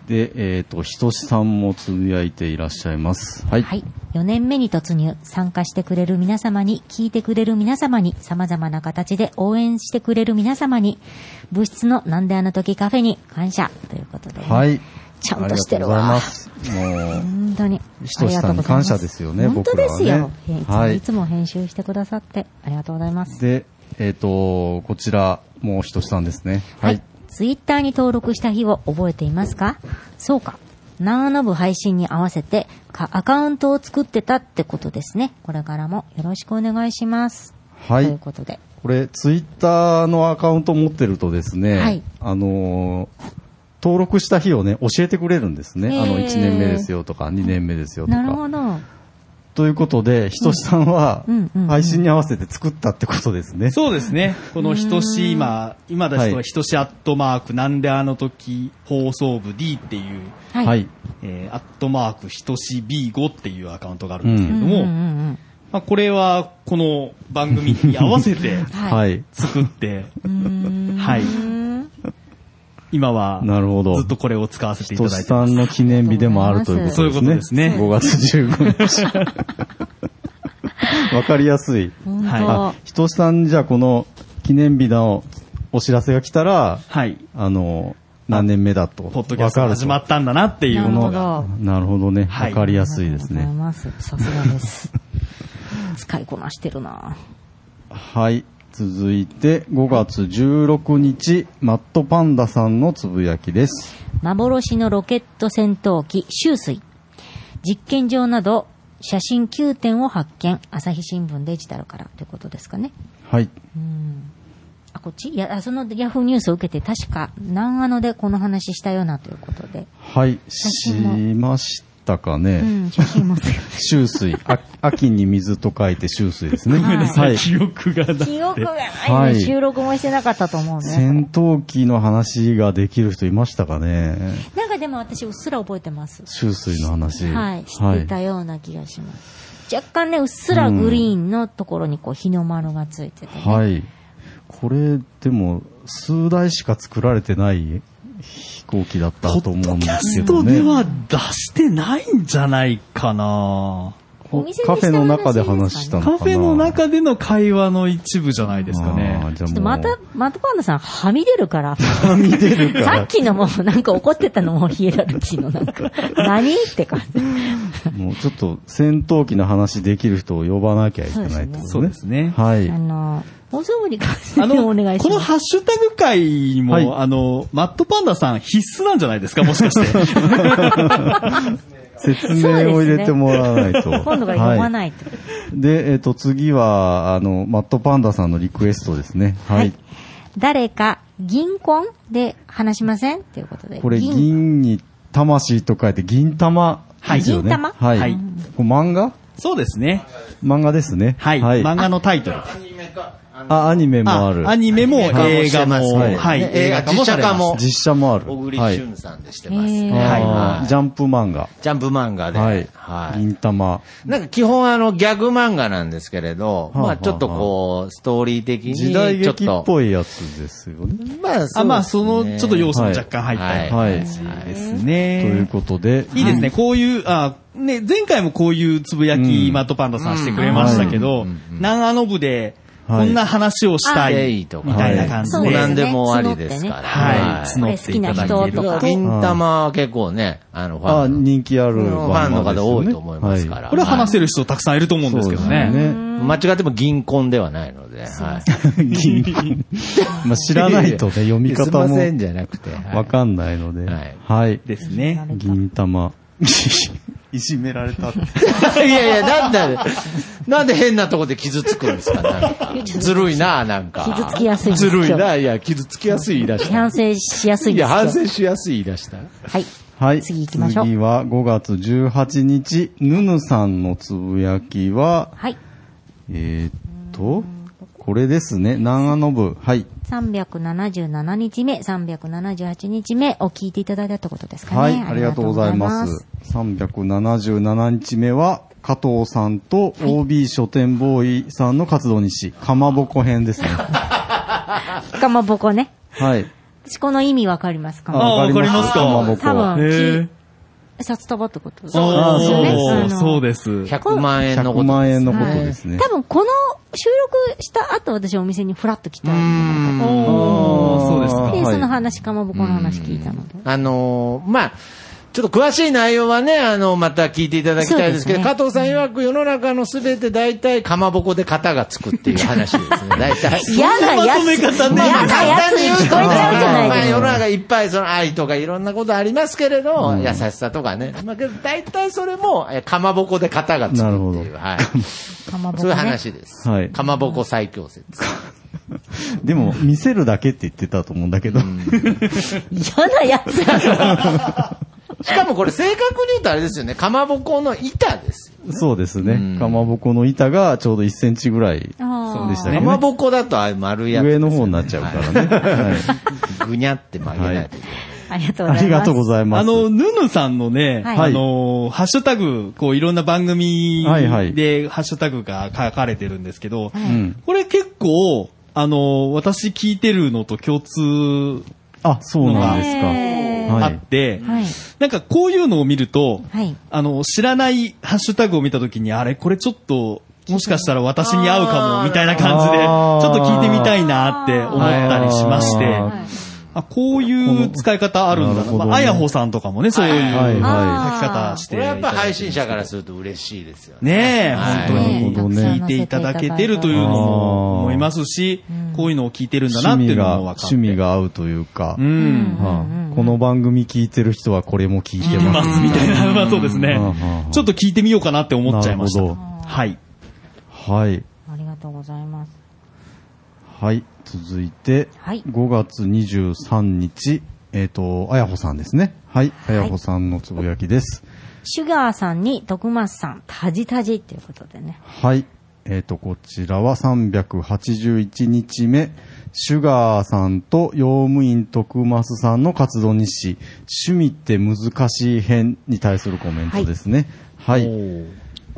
[SPEAKER 2] で、えっ、と、ひとしさんもつぶやいていらっしゃいます。はい。
[SPEAKER 3] はい。4年目に突入、参加してくれる皆様に、聞いてくれる皆様に、様々な形で応援してくれる皆様に、部室のなんであの時カフェに感謝ということで、ね。
[SPEAKER 2] はい。
[SPEAKER 3] ちゃんとしてるわ
[SPEAKER 2] ありがとうございます。もう、
[SPEAKER 3] 本当に。
[SPEAKER 2] ひとしさんに感謝ですよね
[SPEAKER 3] ありがとうございます
[SPEAKER 2] 僕らはね
[SPEAKER 3] 本当ですよ。
[SPEAKER 2] はい
[SPEAKER 3] いつもいつも編集してくださって、ありがとうございます。
[SPEAKER 2] で、えっ、と、こちら、もうひとしさんですね。
[SPEAKER 3] は
[SPEAKER 2] はいい。。
[SPEAKER 3] ツイッターに登録した日を覚えていますかそうか。長野部配信に合わせてか、アカウントを作ってたってことですね。これからもよろしくお願いします。
[SPEAKER 2] はい。
[SPEAKER 3] ということで。
[SPEAKER 2] これ、ツイッターのアカウント持ってるとですね、
[SPEAKER 3] はい
[SPEAKER 2] あのー登録した日をね、教えてくれるんですね。
[SPEAKER 3] へー
[SPEAKER 2] あの、1年目ですよとか、2年目ですよと
[SPEAKER 3] なるほ
[SPEAKER 2] か。
[SPEAKER 3] ど。
[SPEAKER 2] ということで、ひとしさんは
[SPEAKER 3] うんうんうん、
[SPEAKER 2] 配信に合わせて作ったってことですね。
[SPEAKER 4] そうですね。このひとし、今、今ですと、
[SPEAKER 2] はい
[SPEAKER 4] ひとしアットマーク、なんであの時、放送部 D っていう、
[SPEAKER 3] はい。
[SPEAKER 2] はい。
[SPEAKER 4] えーアットマーク、ひとし B5 っていうアカウントがある
[SPEAKER 2] うん
[SPEAKER 4] ですけれど
[SPEAKER 2] ん。
[SPEAKER 4] も、
[SPEAKER 3] うんうんうん
[SPEAKER 4] まあ、これは、この番組に合わせ て
[SPEAKER 3] は。
[SPEAKER 2] はいい。
[SPEAKER 4] 作って、
[SPEAKER 3] うん
[SPEAKER 4] はい。今は、
[SPEAKER 2] なるほど
[SPEAKER 4] ずっとこれを使わせて
[SPEAKER 2] ひ
[SPEAKER 4] いた
[SPEAKER 2] と
[SPEAKER 4] だ
[SPEAKER 2] し
[SPEAKER 4] いてま
[SPEAKER 2] さ
[SPEAKER 4] す。
[SPEAKER 2] んの記念日でもあるということですね。
[SPEAKER 4] ありが
[SPEAKER 2] 5月15日。わかりやすい。
[SPEAKER 3] 本当、
[SPEAKER 4] は
[SPEAKER 2] あ、ひとしさん、じゃあこの記念日のお知らせが来たら、
[SPEAKER 4] はい。
[SPEAKER 2] あの、何年目だと。
[SPEAKER 4] ポッドキャストが始ま
[SPEAKER 2] っ
[SPEAKER 4] ったんだなってい
[SPEAKER 3] な
[SPEAKER 4] う
[SPEAKER 3] る
[SPEAKER 4] の
[SPEAKER 3] ほ
[SPEAKER 4] が、
[SPEAKER 3] ど。
[SPEAKER 2] なるほどね。わ、
[SPEAKER 4] はい
[SPEAKER 2] かりやすいです
[SPEAKER 3] あり
[SPEAKER 2] ね。
[SPEAKER 3] がとうございます。さすが です。使いこなしてるな
[SPEAKER 2] はい。続いて、5月16日、マットパンダさんのつぶやきです。
[SPEAKER 3] 幻のロケット戦闘機、秋水。実験場など、写真9点を発見。朝日新聞デジタルからということですかね。
[SPEAKER 2] はい。
[SPEAKER 3] あ、こっちいや、あそのヤフーニュースを受けて、確か、南アノでこの話したようなということで。
[SPEAKER 2] はい。しましたか
[SPEAKER 3] う
[SPEAKER 2] ね。
[SPEAKER 3] ん、写真も。
[SPEAKER 2] 秋水。あ秋に水と書いて秋水ですね。
[SPEAKER 3] ごめんなさ
[SPEAKER 2] はい。
[SPEAKER 4] 記憶がな
[SPEAKER 3] 記憶がないね、
[SPEAKER 2] はい
[SPEAKER 3] 収録もしてなかったと思う
[SPEAKER 2] 戦
[SPEAKER 3] ね。
[SPEAKER 2] 闘機の話ができる人いましたかね
[SPEAKER 3] なんかでも私、うっすら覚えてます。
[SPEAKER 2] 秋水の話。
[SPEAKER 3] はい、知っていたような気がします。若干ね、うっすらグリーンのところにこう、日の丸がついてて、ね。
[SPEAKER 2] はい。これ、でも、数台しか作られてない飛行機だったと思うんで
[SPEAKER 4] キャ
[SPEAKER 2] す
[SPEAKER 4] ス
[SPEAKER 2] けど
[SPEAKER 4] トで
[SPEAKER 2] ね。
[SPEAKER 4] は出してないんじゃないかな
[SPEAKER 2] こ
[SPEAKER 3] お店で
[SPEAKER 2] カフェの中で話したのかな
[SPEAKER 4] カフェの中での会話の一部じゃないですか
[SPEAKER 2] あー
[SPEAKER 4] ね。
[SPEAKER 2] じゃ
[SPEAKER 3] ちょっ
[SPEAKER 2] あ
[SPEAKER 3] とまた
[SPEAKER 2] も、
[SPEAKER 3] マットパンダさん、はみ出るから。
[SPEAKER 2] う、はみ出るか
[SPEAKER 3] さっ
[SPEAKER 2] ら、
[SPEAKER 3] きのもうなんか怒ってたのもヒエラルキーのなんか、何って感じ。
[SPEAKER 2] もうちょっと戦闘機の話できる人を呼ばなきゃいけないってことね。
[SPEAKER 4] そうですね。
[SPEAKER 2] はい
[SPEAKER 3] あ。の、放送部に関して
[SPEAKER 4] あ の、
[SPEAKER 3] お願いし
[SPEAKER 4] この
[SPEAKER 3] ます。
[SPEAKER 4] ハッシュタグ会にも、
[SPEAKER 2] はい
[SPEAKER 4] あの、マットパンダさん必須なんじゃないですかもし かして。
[SPEAKER 2] 説明を入れてもらわないと。
[SPEAKER 3] 今度から読ま
[SPEAKER 2] い。
[SPEAKER 3] ないと。
[SPEAKER 2] で、えっ、と、次は、あの、マットパンダさんのリクエストですね。はい。
[SPEAKER 3] 誰か、銀婚で話しませんっていうことで。
[SPEAKER 2] これ、銀に魂と書いて、銀玉ですよね。
[SPEAKER 3] はい銀玉
[SPEAKER 2] はい。
[SPEAKER 4] はい
[SPEAKER 2] これ漫画
[SPEAKER 4] そうですね。
[SPEAKER 2] 漫画ですね。
[SPEAKER 4] はい。
[SPEAKER 2] はい。
[SPEAKER 4] 漫画のタイトル。
[SPEAKER 5] か、あの
[SPEAKER 2] あ、アニメもある。
[SPEAKER 4] アニメも映画も、
[SPEAKER 5] は
[SPEAKER 4] はいい、
[SPEAKER 5] 映画実写化も
[SPEAKER 2] 実写もある。
[SPEAKER 5] 小栗
[SPEAKER 2] はい。
[SPEAKER 5] 旬さんでしてます。
[SPEAKER 3] へー
[SPEAKER 5] はい
[SPEAKER 2] あー
[SPEAKER 5] はい
[SPEAKER 2] ジャンプ漫画。
[SPEAKER 5] ジャンプ漫画で。
[SPEAKER 2] はい。
[SPEAKER 5] はい。
[SPEAKER 2] 銀玉。
[SPEAKER 5] なんか基本あのギャグ漫画なんですけれど、
[SPEAKER 2] あはあ
[SPEAKER 5] まあちょっとこう、ストーリー的に、
[SPEAKER 2] 時代
[SPEAKER 5] ちょっ
[SPEAKER 2] 劇っ
[SPEAKER 5] と。
[SPEAKER 2] ぽいやつですよね。
[SPEAKER 5] まあ、
[SPEAKER 4] あまあ、その、ちょっと要
[SPEAKER 5] 素
[SPEAKER 4] 素も若干入ったり
[SPEAKER 5] は
[SPEAKER 2] はいい。
[SPEAKER 4] です
[SPEAKER 2] と
[SPEAKER 4] ね。
[SPEAKER 2] いうことで。
[SPEAKER 4] いいですね、こういう、あ、ね、前回もこういうつぶやき、
[SPEAKER 2] うん
[SPEAKER 4] マットパンダさんしてくれましたけど、南アノ部で、
[SPEAKER 2] は
[SPEAKER 4] こ
[SPEAKER 2] い
[SPEAKER 4] んな話をした、
[SPEAKER 5] はいい
[SPEAKER 4] みたいな感じ
[SPEAKER 3] そう
[SPEAKER 4] で。
[SPEAKER 3] ですね
[SPEAKER 5] 何でもありですから。
[SPEAKER 4] はい、募っていただ
[SPEAKER 3] これ好きな人
[SPEAKER 4] ける
[SPEAKER 3] とか
[SPEAKER 4] と。
[SPEAKER 5] 銀玉は結構ね、あの、フ
[SPEAKER 2] あ
[SPEAKER 5] ァンの。
[SPEAKER 2] 人気ある
[SPEAKER 5] ファンの方多いと思いますから。
[SPEAKER 4] これは話せる
[SPEAKER 5] る。
[SPEAKER 4] 人たくさんいると思うんですけど
[SPEAKER 2] そうです
[SPEAKER 4] ね。
[SPEAKER 2] ね
[SPEAKER 5] 間違っても銀婚ではないので。はい。
[SPEAKER 2] 銀婚。まあ知らないとね、読み
[SPEAKER 5] すいま
[SPEAKER 2] 方も
[SPEAKER 5] せんじゃなくて。はい
[SPEAKER 2] わかんないので。
[SPEAKER 5] はい
[SPEAKER 2] はい。
[SPEAKER 4] ですね。
[SPEAKER 2] 銀玉。いじめられたって。
[SPEAKER 5] いやいや、なんで、なんで変なとこで傷つくんですかなんかずるいな、なんか。
[SPEAKER 3] 傷つきやすいんです
[SPEAKER 5] ず
[SPEAKER 3] よ
[SPEAKER 5] るいな、いや、傷つきやすい言い出した。
[SPEAKER 3] 反省しやすい
[SPEAKER 5] い
[SPEAKER 3] で
[SPEAKER 5] や、
[SPEAKER 3] すよ
[SPEAKER 5] 反省しやすい言い出した。
[SPEAKER 3] はい。
[SPEAKER 2] はい。
[SPEAKER 3] 次行きましょう
[SPEAKER 2] 次は5月18日、ぬぬさんのつぶやきは、
[SPEAKER 3] はい。
[SPEAKER 2] えー、っと、これですね。南アノブ。はい。
[SPEAKER 3] 377日目、378日目を聞いていただいたってことですかね。
[SPEAKER 2] はい。ありがとうございます。。377日目は、加藤さんと OB 書店ボーイさんの活動日誌、かまぼこ 編ですね。
[SPEAKER 3] かまぼこね。
[SPEAKER 2] はい。
[SPEAKER 3] 私この意味わかりますか
[SPEAKER 4] あわかりますか
[SPEAKER 2] かま
[SPEAKER 3] 多
[SPEAKER 2] ぼこ。
[SPEAKER 3] 分
[SPEAKER 4] へ、
[SPEAKER 3] き札束ってことです
[SPEAKER 4] あ
[SPEAKER 3] よね。
[SPEAKER 4] ー、そう
[SPEAKER 3] で
[SPEAKER 4] です。
[SPEAKER 5] 100万円のこ
[SPEAKER 2] 100
[SPEAKER 5] と。
[SPEAKER 2] 万円のこ
[SPEAKER 3] は
[SPEAKER 2] と
[SPEAKER 3] い
[SPEAKER 2] ですね。
[SPEAKER 3] 多分この収録した後私お店にフラッと来た。
[SPEAKER 4] お
[SPEAKER 5] うん
[SPEAKER 4] ー、そうです
[SPEAKER 2] あ
[SPEAKER 4] か
[SPEAKER 2] ー。
[SPEAKER 3] で、
[SPEAKER 2] はい
[SPEAKER 3] その話、かまぼこの話聞いたので。
[SPEAKER 5] あのーまあ、ちょっと詳しい内容はね、あの、また聞いていただきたいですけど、
[SPEAKER 3] そうです
[SPEAKER 5] 加
[SPEAKER 3] ね
[SPEAKER 5] 藤さん曰く世の中のすべて大体かまぼこで型がつくっていう話です ね。大体。
[SPEAKER 3] 嫌なや
[SPEAKER 4] そんなまとめ
[SPEAKER 3] つ。
[SPEAKER 4] 方ね
[SPEAKER 3] 嫌なやつに聞こえちゃうじゃないですか。
[SPEAKER 5] まあ、世の中いっぱいその愛とかいろんなことありますけれど、優しさとかね。まあ、けど大体それも、えかまぼこで型がつくって
[SPEAKER 2] なるほ
[SPEAKER 5] いう、
[SPEAKER 2] ど
[SPEAKER 5] はい。
[SPEAKER 3] かまぼこ、ね。
[SPEAKER 5] そういう話です。
[SPEAKER 2] はい
[SPEAKER 5] かまぼこ最強説。
[SPEAKER 2] でも、見せるだけって言ってたと思うんだけど。
[SPEAKER 3] 嫌なやつ
[SPEAKER 5] しかもこれ正確に言うとあれですよね。かまぼこの板です。
[SPEAKER 2] そうです
[SPEAKER 5] うん
[SPEAKER 2] ね。かまぼこの板がちょうど1センチぐらい、
[SPEAKER 3] あー
[SPEAKER 2] でした
[SPEAKER 5] か
[SPEAKER 2] ね。
[SPEAKER 5] まぼこだとああいう丸いやつ、
[SPEAKER 2] 上の方になっちゃうからね。はい
[SPEAKER 5] ら。ぐにゃって曲げないといけな
[SPEAKER 3] あり
[SPEAKER 5] い。
[SPEAKER 3] がとうござい
[SPEAKER 2] あ
[SPEAKER 3] ます。
[SPEAKER 2] りがとうございます。
[SPEAKER 4] あの、ヌヌさんのね、
[SPEAKER 3] はい
[SPEAKER 4] あの、ハッシュタグ、こういろんな番組
[SPEAKER 2] はいはい
[SPEAKER 4] でハッシュタグが書かれてるんですけど、
[SPEAKER 2] うん。
[SPEAKER 4] これ結構、あの、私聞いてるのと共通
[SPEAKER 2] あ、そうなんですか。
[SPEAKER 3] へー
[SPEAKER 2] はい
[SPEAKER 4] あって、
[SPEAKER 3] はい。
[SPEAKER 4] なんかこういうのを見ると、
[SPEAKER 3] はい。
[SPEAKER 4] あの、知らないハッシュタグを見たときに、あれ、これちょっと、もしかしたら私に合うかも、みたいな感じで、ち
[SPEAKER 2] あー
[SPEAKER 4] ょっと聞いてみたいなって思ったりしまして、
[SPEAKER 2] は
[SPEAKER 4] あこういう使い方あるん
[SPEAKER 2] な
[SPEAKER 4] だ
[SPEAKER 2] る
[SPEAKER 4] な。
[SPEAKER 2] ほどね
[SPEAKER 4] まあ、あやほさんとかもね、そういう書き
[SPEAKER 2] はいはい
[SPEAKER 4] 方し
[SPEAKER 5] こ
[SPEAKER 4] てい
[SPEAKER 5] れ
[SPEAKER 4] ただ
[SPEAKER 5] やっ
[SPEAKER 4] い
[SPEAKER 5] ぱ
[SPEAKER 4] て。
[SPEAKER 5] 配信者からすると嬉しいですよね。
[SPEAKER 4] ねえ、本
[SPEAKER 5] はい
[SPEAKER 4] 当に。
[SPEAKER 2] なるほどね
[SPEAKER 4] 聞いていただけてるというのも思いますし、こういうのを聞いてるんだなって
[SPEAKER 2] 趣
[SPEAKER 4] い
[SPEAKER 2] 味
[SPEAKER 4] うの
[SPEAKER 2] が、
[SPEAKER 4] も分かって。
[SPEAKER 2] 趣味が合うというか
[SPEAKER 4] う、ん。
[SPEAKER 2] はあこの番組聞いてる人はこれも聞いてま。
[SPEAKER 4] ますすみたいな。まあそうですね
[SPEAKER 2] うんうんうん。
[SPEAKER 4] ちょっと聞いてみようかなって思っちゃいました。
[SPEAKER 2] なるほ
[SPEAKER 4] はい。
[SPEAKER 2] はい。
[SPEAKER 3] ありがとうございます。
[SPEAKER 2] はい。続いて、
[SPEAKER 3] はい
[SPEAKER 2] 5月23日、えっ、と、あやほさんですね。はい。あやほさんのつぶやきです。
[SPEAKER 3] シュガーさんに徳松さん、タジタジっていうことでね。
[SPEAKER 2] はい。えっ、と、こちらは381日目、シュガーさんと用務員徳増さんの活動日誌、趣味って難しい編に対するコメントですね。はい。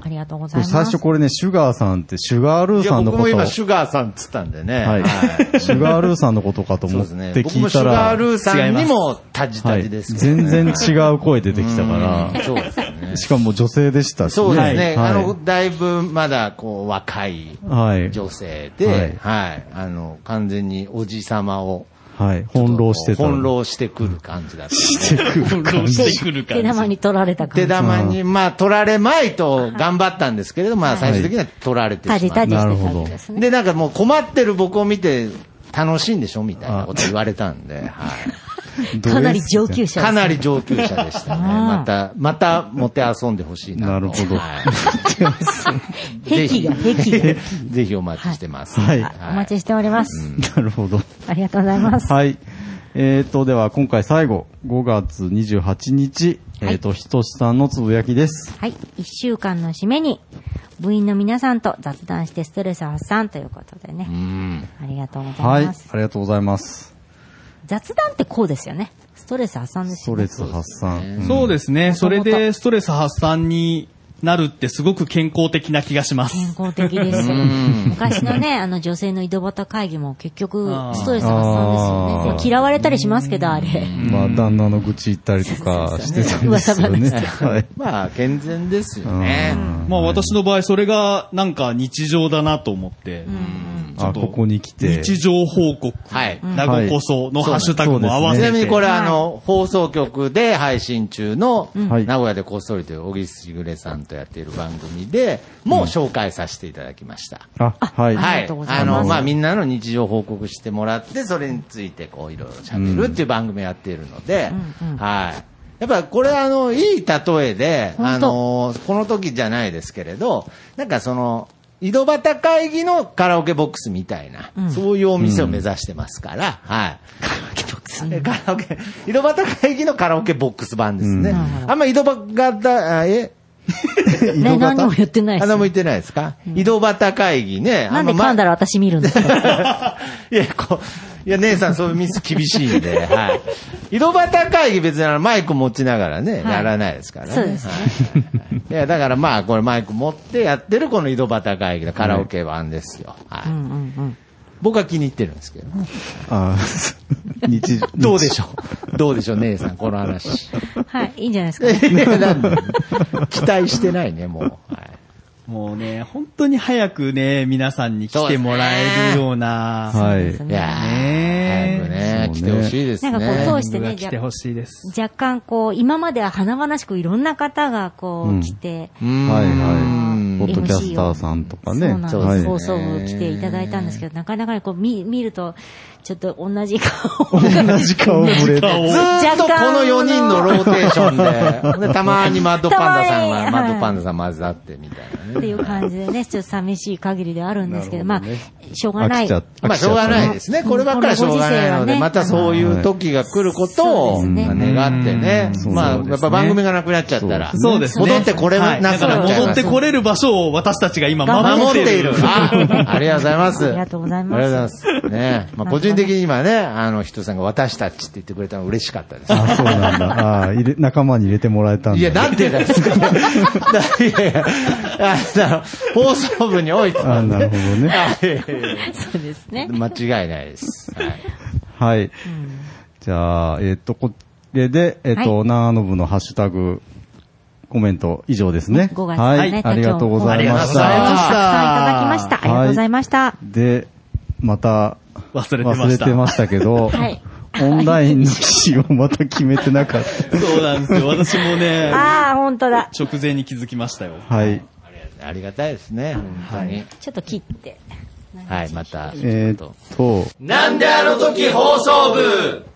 [SPEAKER 3] ありがとうございます。
[SPEAKER 2] 最初これね、シュガーさんってシュガールー
[SPEAKER 5] いや、
[SPEAKER 2] さんのこと
[SPEAKER 5] 僕も
[SPEAKER 2] を、
[SPEAKER 5] 今
[SPEAKER 2] はい。
[SPEAKER 5] シ
[SPEAKER 2] シ
[SPEAKER 5] ュガーさんっつったんでね。
[SPEAKER 2] ュガールーさんのことかと
[SPEAKER 5] そう
[SPEAKER 2] 思っ
[SPEAKER 5] ですね。
[SPEAKER 2] て
[SPEAKER 5] 僕
[SPEAKER 2] 聞
[SPEAKER 5] も
[SPEAKER 2] い
[SPEAKER 5] シュ
[SPEAKER 2] た
[SPEAKER 5] ガー
[SPEAKER 2] ら、
[SPEAKER 5] ルーさんにもタジ
[SPEAKER 2] は
[SPEAKER 5] タ
[SPEAKER 2] い。
[SPEAKER 5] ジですけどね
[SPEAKER 2] 全然違う声出てきたから、
[SPEAKER 5] そうですね。
[SPEAKER 2] しかも女性でしたし、ね。
[SPEAKER 5] そうですね。
[SPEAKER 2] はい
[SPEAKER 5] あの、だいぶまだこう若い
[SPEAKER 2] はい。
[SPEAKER 5] 女性で、は
[SPEAKER 2] はいい、
[SPEAKER 5] あの、完全におじさまを、
[SPEAKER 2] はい。翻弄してた。
[SPEAKER 5] 翻弄してくる感じだった。
[SPEAKER 2] してくる感じ。
[SPEAKER 4] してくるか
[SPEAKER 3] 手玉に取られた感
[SPEAKER 5] 手
[SPEAKER 3] じ。
[SPEAKER 5] 玉に、まあ、取られまいと頑張ったんですけれど、まあ、最終的には取られてしま
[SPEAKER 3] タ
[SPEAKER 5] った
[SPEAKER 3] ジタジしてたんですね。
[SPEAKER 5] で、なんかもう困ってる僕を見て、楽しいんでしょみたいなこと言われたん で、はい。
[SPEAKER 2] どう
[SPEAKER 3] かなり
[SPEAKER 2] です
[SPEAKER 3] 上級者です。
[SPEAKER 5] かなり上級者でしたね。また、また、もて遊んでほしいなと。
[SPEAKER 2] なるほど
[SPEAKER 5] はいぜ ひ
[SPEAKER 3] 癖が癖が
[SPEAKER 5] ぜひお待ちしてま す。
[SPEAKER 2] はい
[SPEAKER 3] あお待ちしております。
[SPEAKER 2] なるほど。
[SPEAKER 3] あ りがとうございます。
[SPEAKER 2] はい。えー、と、では今回最後、5月28日、えっと、ひとしさんのつぶやきです。
[SPEAKER 3] はい。一週間の締めに、部員の皆さんと雑談してストレス発散ということでね。ありがとうござ
[SPEAKER 2] はいい、
[SPEAKER 3] ま
[SPEAKER 2] あ
[SPEAKER 3] す。
[SPEAKER 2] りがとうございます。
[SPEAKER 3] 雑談ってこうですよね。ストレス発散です
[SPEAKER 2] スト
[SPEAKER 3] よね。
[SPEAKER 2] レス発散。
[SPEAKER 4] そう
[SPEAKER 2] で
[SPEAKER 4] ですね。それでストレス発散になるってすごく健康的な気がします。
[SPEAKER 3] 健康的ですよ。昔のね、あ の女性の井戸端会議も結局、ストレス発散ですよ
[SPEAKER 2] あ
[SPEAKER 3] ね
[SPEAKER 2] ー
[SPEAKER 3] まあ。嫌われたりしますけど、あれ。
[SPEAKER 2] まあ、旦那の愚痴言ったりとかしてたんですよね。
[SPEAKER 3] 噂
[SPEAKER 2] はい。
[SPEAKER 5] まあ、健全ですよね。
[SPEAKER 4] まあ私の場合それがなんか日常だなと思って、ちょ
[SPEAKER 2] あ、
[SPEAKER 4] っと
[SPEAKER 2] ここに来て。
[SPEAKER 4] 日常報告、
[SPEAKER 5] はい。
[SPEAKER 4] 名古こそのハッシュタグも合わ
[SPEAKER 5] ち
[SPEAKER 4] せ
[SPEAKER 5] な
[SPEAKER 4] て。
[SPEAKER 5] みにこれ、あの、放送局で配信中の、
[SPEAKER 2] はい
[SPEAKER 5] 名古屋でこっそりという小木しぐれさんとやっている番組で、もう紹介させていただきました。
[SPEAKER 2] あ、はい。
[SPEAKER 5] は
[SPEAKER 3] あり
[SPEAKER 5] い。
[SPEAKER 3] がとうございます
[SPEAKER 5] あの、まあ、みんなの日常報告してもらって、それについて、こう、いろいろ喋るっていう番組やっているので、はい。やっぱこれあの、いい例えで、
[SPEAKER 3] 本当
[SPEAKER 5] あの、この時じゃないですけれど、なんかその、井戸端会議のカラオケボックスみたいな、そういうお店を目指してますから、はい。え カラオケ、井戸端会議のカラオケボックス版ですね。あんま井戸端、あえ井
[SPEAKER 3] ね
[SPEAKER 5] 戸端
[SPEAKER 3] 何も言ってないです
[SPEAKER 5] あ何も言ってないですか、井戸端会議ね。
[SPEAKER 3] なんで
[SPEAKER 5] あま
[SPEAKER 3] 噛んだら私見るんです か
[SPEAKER 5] いや、こう、いや、姉さん、そういうミス厳しい んで、はい。井戸端会議別にあのマイク持ちながらね、
[SPEAKER 3] はい
[SPEAKER 5] やらないですからね。
[SPEAKER 3] そうですね
[SPEAKER 5] はいいや、だからまあ、これマイク持ってやってるこの井戸端会議のカラオケ版ですよ。はい。
[SPEAKER 3] うんうんうん。
[SPEAKER 5] 僕は気に入ってるんですけど。
[SPEAKER 2] あ日常。
[SPEAKER 5] どうでしょ うどうでしょう、姉さん、この話。
[SPEAKER 3] はい。いいんじゃないですか。
[SPEAKER 5] いやなんで期待してないね、もう。はい
[SPEAKER 4] もうね、本当に早くね、皆さんに来てもらえるような、
[SPEAKER 2] は
[SPEAKER 3] そうです
[SPEAKER 2] い。
[SPEAKER 5] いや
[SPEAKER 4] ね
[SPEAKER 5] ー、早くね、来てほしいですね。
[SPEAKER 3] なんかこう、通して
[SPEAKER 4] が
[SPEAKER 3] ね、じ
[SPEAKER 4] 来
[SPEAKER 3] ゃ
[SPEAKER 4] てほしいです。
[SPEAKER 3] 若干こう、今までは華々しくいろんな方がこ
[SPEAKER 2] う
[SPEAKER 3] う、
[SPEAKER 2] ん
[SPEAKER 3] 来て、
[SPEAKER 5] うん
[SPEAKER 2] はい
[SPEAKER 3] うん
[SPEAKER 2] はい。ポッドキャスターさんとかね。
[SPEAKER 3] そうなんです。
[SPEAKER 2] はい。
[SPEAKER 3] 放送部来ていただいたんですけど、なかなかねこう見見ると、ちょっと同じ顔が。
[SPEAKER 2] 同じ顔ぶれで。
[SPEAKER 5] ずーっとこの4人のローテーションで、でたまにマッドパンダ
[SPEAKER 3] たま
[SPEAKER 5] さんが、
[SPEAKER 3] に
[SPEAKER 5] マ
[SPEAKER 3] はい
[SPEAKER 5] ッドパンダさん混ざってみたいな
[SPEAKER 3] って
[SPEAKER 5] ね。
[SPEAKER 3] いう感じでね、ちょっと寂しい限りではあるんですけど、ま
[SPEAKER 2] な
[SPEAKER 3] あ
[SPEAKER 2] るほどね、
[SPEAKER 3] しょうが
[SPEAKER 2] 飽
[SPEAKER 3] ない。
[SPEAKER 2] きちゃっ
[SPEAKER 3] そ
[SPEAKER 5] まあ、しょうがないですね。こればっかりはしょうがないの
[SPEAKER 3] う
[SPEAKER 5] で、
[SPEAKER 3] ん
[SPEAKER 5] またそういう時が来ることを
[SPEAKER 3] そうですね
[SPEAKER 5] 願ってね。
[SPEAKER 2] ん
[SPEAKER 5] まあ、
[SPEAKER 4] そうですね
[SPEAKER 5] やっぱ番組がなくなっちゃったら、
[SPEAKER 4] そうですね。
[SPEAKER 5] 戻ってこれ
[SPEAKER 4] はい
[SPEAKER 5] なく
[SPEAKER 4] だか
[SPEAKER 5] な
[SPEAKER 4] ら
[SPEAKER 5] っちゃい
[SPEAKER 4] 戻
[SPEAKER 5] ま
[SPEAKER 4] っ
[SPEAKER 5] す
[SPEAKER 4] て。これる場所を私たちが今
[SPEAKER 5] 守っている。あありがとうございます。
[SPEAKER 3] ありがとうございます
[SPEAKER 5] ありがとうございます。ね。まあ、個人的に今ね、あの、人さんが私たちって言ってくれたの嬉しかったです。
[SPEAKER 2] あ、そうなんだ。あ入れ、仲間に入れてもらえたんだ。
[SPEAKER 5] いや、なんでですか。いやいや、あの、放送部においては
[SPEAKER 2] あなるほどね。
[SPEAKER 5] は
[SPEAKER 3] うですね
[SPEAKER 5] い。。間違いないです。はい。
[SPEAKER 2] はい。じゃあ、えっと、これで、えっと、長野部のハッシュタグ、コメント以上ですね。
[SPEAKER 3] 5月
[SPEAKER 2] は
[SPEAKER 3] のね、
[SPEAKER 2] い。ありがとうございまし
[SPEAKER 4] ありがとうございま
[SPEAKER 2] た
[SPEAKER 3] たく
[SPEAKER 4] す。
[SPEAKER 3] さんいただきました。ありがとうございました。
[SPEAKER 2] で、また、
[SPEAKER 4] 忘れてました
[SPEAKER 2] 忘れてましたけど、
[SPEAKER 3] はい
[SPEAKER 2] オンラインの記事をまた決めてなかっ
[SPEAKER 4] そうなんですよ。私もね、
[SPEAKER 3] ああ、本当だ。
[SPEAKER 4] 直前に気づきましたよ。
[SPEAKER 2] た。はい。
[SPEAKER 5] ありがたいですね、本当に。
[SPEAKER 3] ちょっと切って。
[SPEAKER 5] はい、また。
[SPEAKER 2] えーっと、
[SPEAKER 5] なんであの時放送部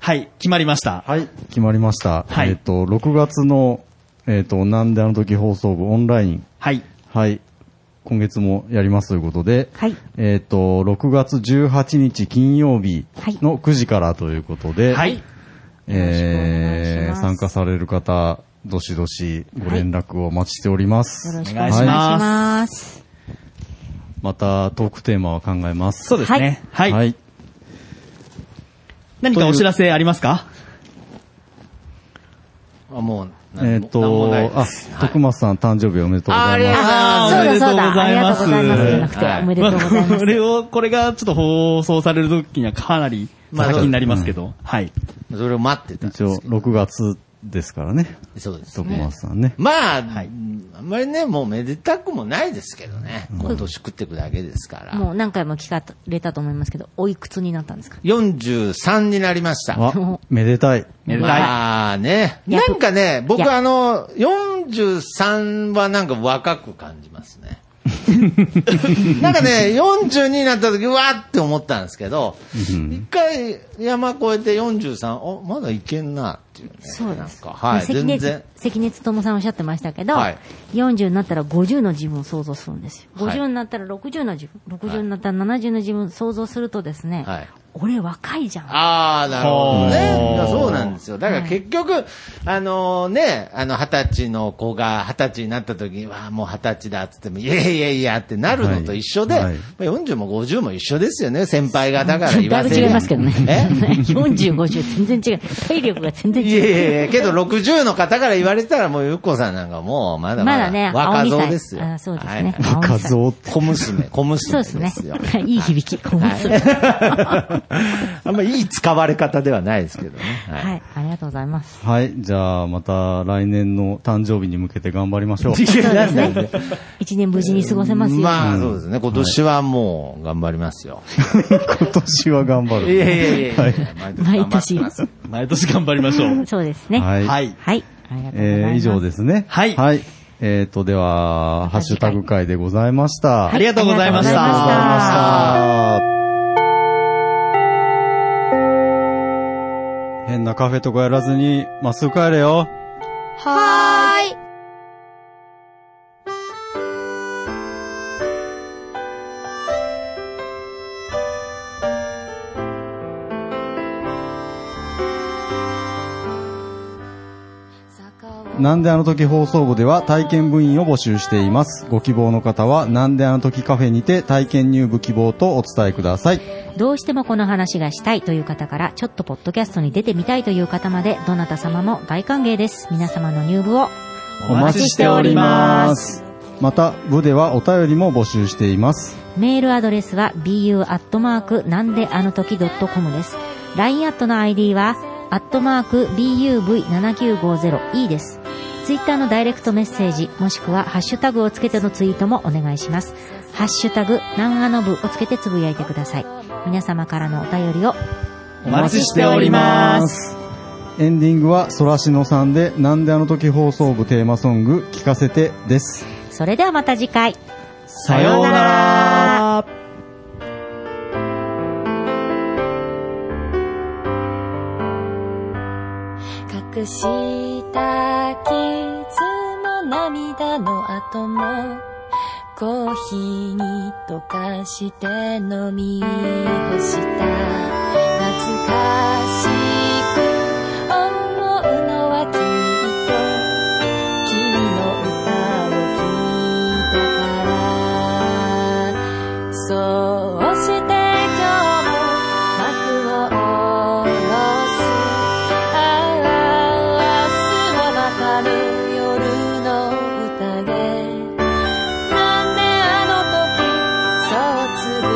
[SPEAKER 4] はい、決まりました。
[SPEAKER 2] はい。決まりました。
[SPEAKER 4] はい
[SPEAKER 2] えーっと、6月の、えーっと、なんであの時放送部オンライン。
[SPEAKER 4] はい。
[SPEAKER 2] はい。今月もやりますということで、
[SPEAKER 3] はい
[SPEAKER 2] えっ、と、6月18日金曜日の9時からということで、
[SPEAKER 4] はい。
[SPEAKER 3] よろしくお願い
[SPEAKER 2] え
[SPEAKER 3] しま
[SPEAKER 2] ー
[SPEAKER 3] す
[SPEAKER 2] 参加される方、どしどしご連絡をお待ちしております。
[SPEAKER 3] よろしくお
[SPEAKER 4] お
[SPEAKER 3] 願い
[SPEAKER 4] 願い
[SPEAKER 3] し
[SPEAKER 4] し
[SPEAKER 3] ま。
[SPEAKER 4] ます
[SPEAKER 2] またトークテーマは考えます。
[SPEAKER 4] そうですね。はい。
[SPEAKER 2] はい。
[SPEAKER 4] 何かお知らせありますか
[SPEAKER 5] あ、もう、
[SPEAKER 2] えっ、と、あ、徳松さん誕生日おめでとうご
[SPEAKER 5] あ、あ
[SPEAKER 2] ざい
[SPEAKER 5] り
[SPEAKER 2] ます。
[SPEAKER 3] そ
[SPEAKER 4] あ
[SPEAKER 5] がと
[SPEAKER 3] うう
[SPEAKER 5] ござい
[SPEAKER 3] だ
[SPEAKER 5] ます。
[SPEAKER 3] そうだ。ありがとうございます。
[SPEAKER 5] おめ
[SPEAKER 3] じ
[SPEAKER 5] で
[SPEAKER 3] ゃ
[SPEAKER 5] と
[SPEAKER 3] なくて、おめでとうご
[SPEAKER 5] うございます
[SPEAKER 3] ざいま
[SPEAKER 4] あ
[SPEAKER 3] す
[SPEAKER 4] こ。れを、これがちょっと放送される時にはかなり先になりますけど、はい。
[SPEAKER 5] それを待ってたんです
[SPEAKER 2] 一
[SPEAKER 5] けど。
[SPEAKER 2] 応、6月ですからね、
[SPEAKER 5] そうです
[SPEAKER 2] 徳
[SPEAKER 5] ね。
[SPEAKER 2] 松さんね。
[SPEAKER 5] まあ、
[SPEAKER 4] はい
[SPEAKER 5] あんまりね、もうめでたくもないですけどね。今年食っていくだけですから。
[SPEAKER 3] もう何回も聞かれたと思いますけど、おいくつになったんですか
[SPEAKER 5] 43になりました。
[SPEAKER 2] あ、めでたい。
[SPEAKER 4] めでたい。
[SPEAKER 5] まあね。なんか
[SPEAKER 3] い
[SPEAKER 5] ね、僕
[SPEAKER 3] や
[SPEAKER 5] あの、43はなんか若く感じます ね。なんかね、42になった時、うわーって思ったんですけど、一回山越えて43、お、まだいけんなっっていうね。
[SPEAKER 3] そう
[SPEAKER 5] な
[SPEAKER 3] で
[SPEAKER 5] ん
[SPEAKER 3] す。
[SPEAKER 5] か、はい、
[SPEAKER 3] 関
[SPEAKER 5] 全
[SPEAKER 3] 根
[SPEAKER 5] 然。
[SPEAKER 3] 関根勤さんおっしゃってましたけど、
[SPEAKER 5] はい
[SPEAKER 3] 40になったら50の自分を想像するんですよ。
[SPEAKER 5] はい
[SPEAKER 3] 50になったら60の自分、
[SPEAKER 5] はい
[SPEAKER 3] 60になったら70の自分を想像するとですね、
[SPEAKER 5] はい
[SPEAKER 3] 俺若いじゃん。
[SPEAKER 5] ああ、なるほど
[SPEAKER 4] ほ
[SPEAKER 5] ね
[SPEAKER 4] う。
[SPEAKER 5] いやそうなんですよ。だから
[SPEAKER 3] はい
[SPEAKER 5] 結局、あのね、あの、二十歳の子が二十歳になった時に、わあ、もう二十歳だっつっても、いやいやいやってなるのと一緒で、
[SPEAKER 2] はいはい
[SPEAKER 5] まあ40も50も一緒ですよね、先輩がだから言
[SPEAKER 3] だ
[SPEAKER 5] わ
[SPEAKER 3] い
[SPEAKER 5] せ
[SPEAKER 3] ぶ
[SPEAKER 5] る。
[SPEAKER 3] 違いますけどね。
[SPEAKER 5] え
[SPEAKER 3] 40、50、全然違う。体力が全然
[SPEAKER 5] い
[SPEAKER 3] 違う。
[SPEAKER 5] やいやいや、けど60の方から言われてたら、もうゆっこさんなんかもう、まだ
[SPEAKER 3] ま
[SPEAKER 5] ま
[SPEAKER 3] だ
[SPEAKER 5] だ
[SPEAKER 3] ね、
[SPEAKER 5] 若
[SPEAKER 3] 青み
[SPEAKER 5] 造
[SPEAKER 3] さい
[SPEAKER 5] ですよ。
[SPEAKER 3] あそうです
[SPEAKER 5] はい
[SPEAKER 3] ね。青 みさい
[SPEAKER 2] 画像って。
[SPEAKER 5] 小娘、
[SPEAKER 3] そ
[SPEAKER 5] 小
[SPEAKER 3] う
[SPEAKER 5] 娘
[SPEAKER 3] ですね
[SPEAKER 5] ですよ。。
[SPEAKER 3] いい響き。小娘
[SPEAKER 5] あんまいい使われ方ではないですけどね。はい
[SPEAKER 3] はい、ありがとうございます。
[SPEAKER 2] はい。じゃあ、また来年の誕生日に向けて頑張りましょう。
[SPEAKER 5] いやなんだよね
[SPEAKER 3] 一年無事に過ごせますよ。
[SPEAKER 5] まあそうですね。今年はもう頑張りますよ。
[SPEAKER 2] 今年は頑張る。
[SPEAKER 5] いやいやいやいや
[SPEAKER 2] はい
[SPEAKER 5] 毎年頑張ってます。
[SPEAKER 4] 毎年頑張りましょう。
[SPEAKER 3] そうですね。
[SPEAKER 2] はい。
[SPEAKER 4] はい。
[SPEAKER 3] はい。ありがとうござい
[SPEAKER 2] え
[SPEAKER 3] ま
[SPEAKER 2] ー
[SPEAKER 3] す。
[SPEAKER 2] 以上ですね。
[SPEAKER 4] はい
[SPEAKER 2] はい。えっ、と、では、ハッシュタグ会でございました。
[SPEAKER 4] ありがとうございまし。
[SPEAKER 3] ありがとうございました
[SPEAKER 2] あー変なカフェとかやらずに、まっすぐ帰れよ。なんであの時放送部では体験部員を募集しています。ご希望の方は、なんであの時カフェにて体験入部希望とお伝えください。
[SPEAKER 3] どうしてもこの話がしたいという方から、ちょっとポッドキャストに出てみたいという方まで、どなた様も大歓迎です。皆様の入部を。
[SPEAKER 2] お待ちしております。また、部ではお便りも募集しています。
[SPEAKER 3] メールアドレスは bu アットマークなんであの時 .com です。LINE アットの ID は、アットマーク buv7950e です。ツイッターのダイレクトメッセージ、もしくはハッシュタグをつけてのツイートもお願いします。ハッシュタグ、なんあの部をつけてつぶやいてください。皆様からのお便りを
[SPEAKER 4] お待ちしております。
[SPEAKER 2] エンディングは、そらしのさんで、なんであの時放送部テーマソング、聞かせてです。
[SPEAKER 3] それではまた次回。
[SPEAKER 4] さようなら。
[SPEAKER 6] 隠した傷も涙の後もコーヒーに溶かして飲み干した懐かしく思うのはきっと君の歌を聴いたからそうして今日も幕を下ろす。ああ、明日はまたの夜の宴。なんであの時、そうつぶ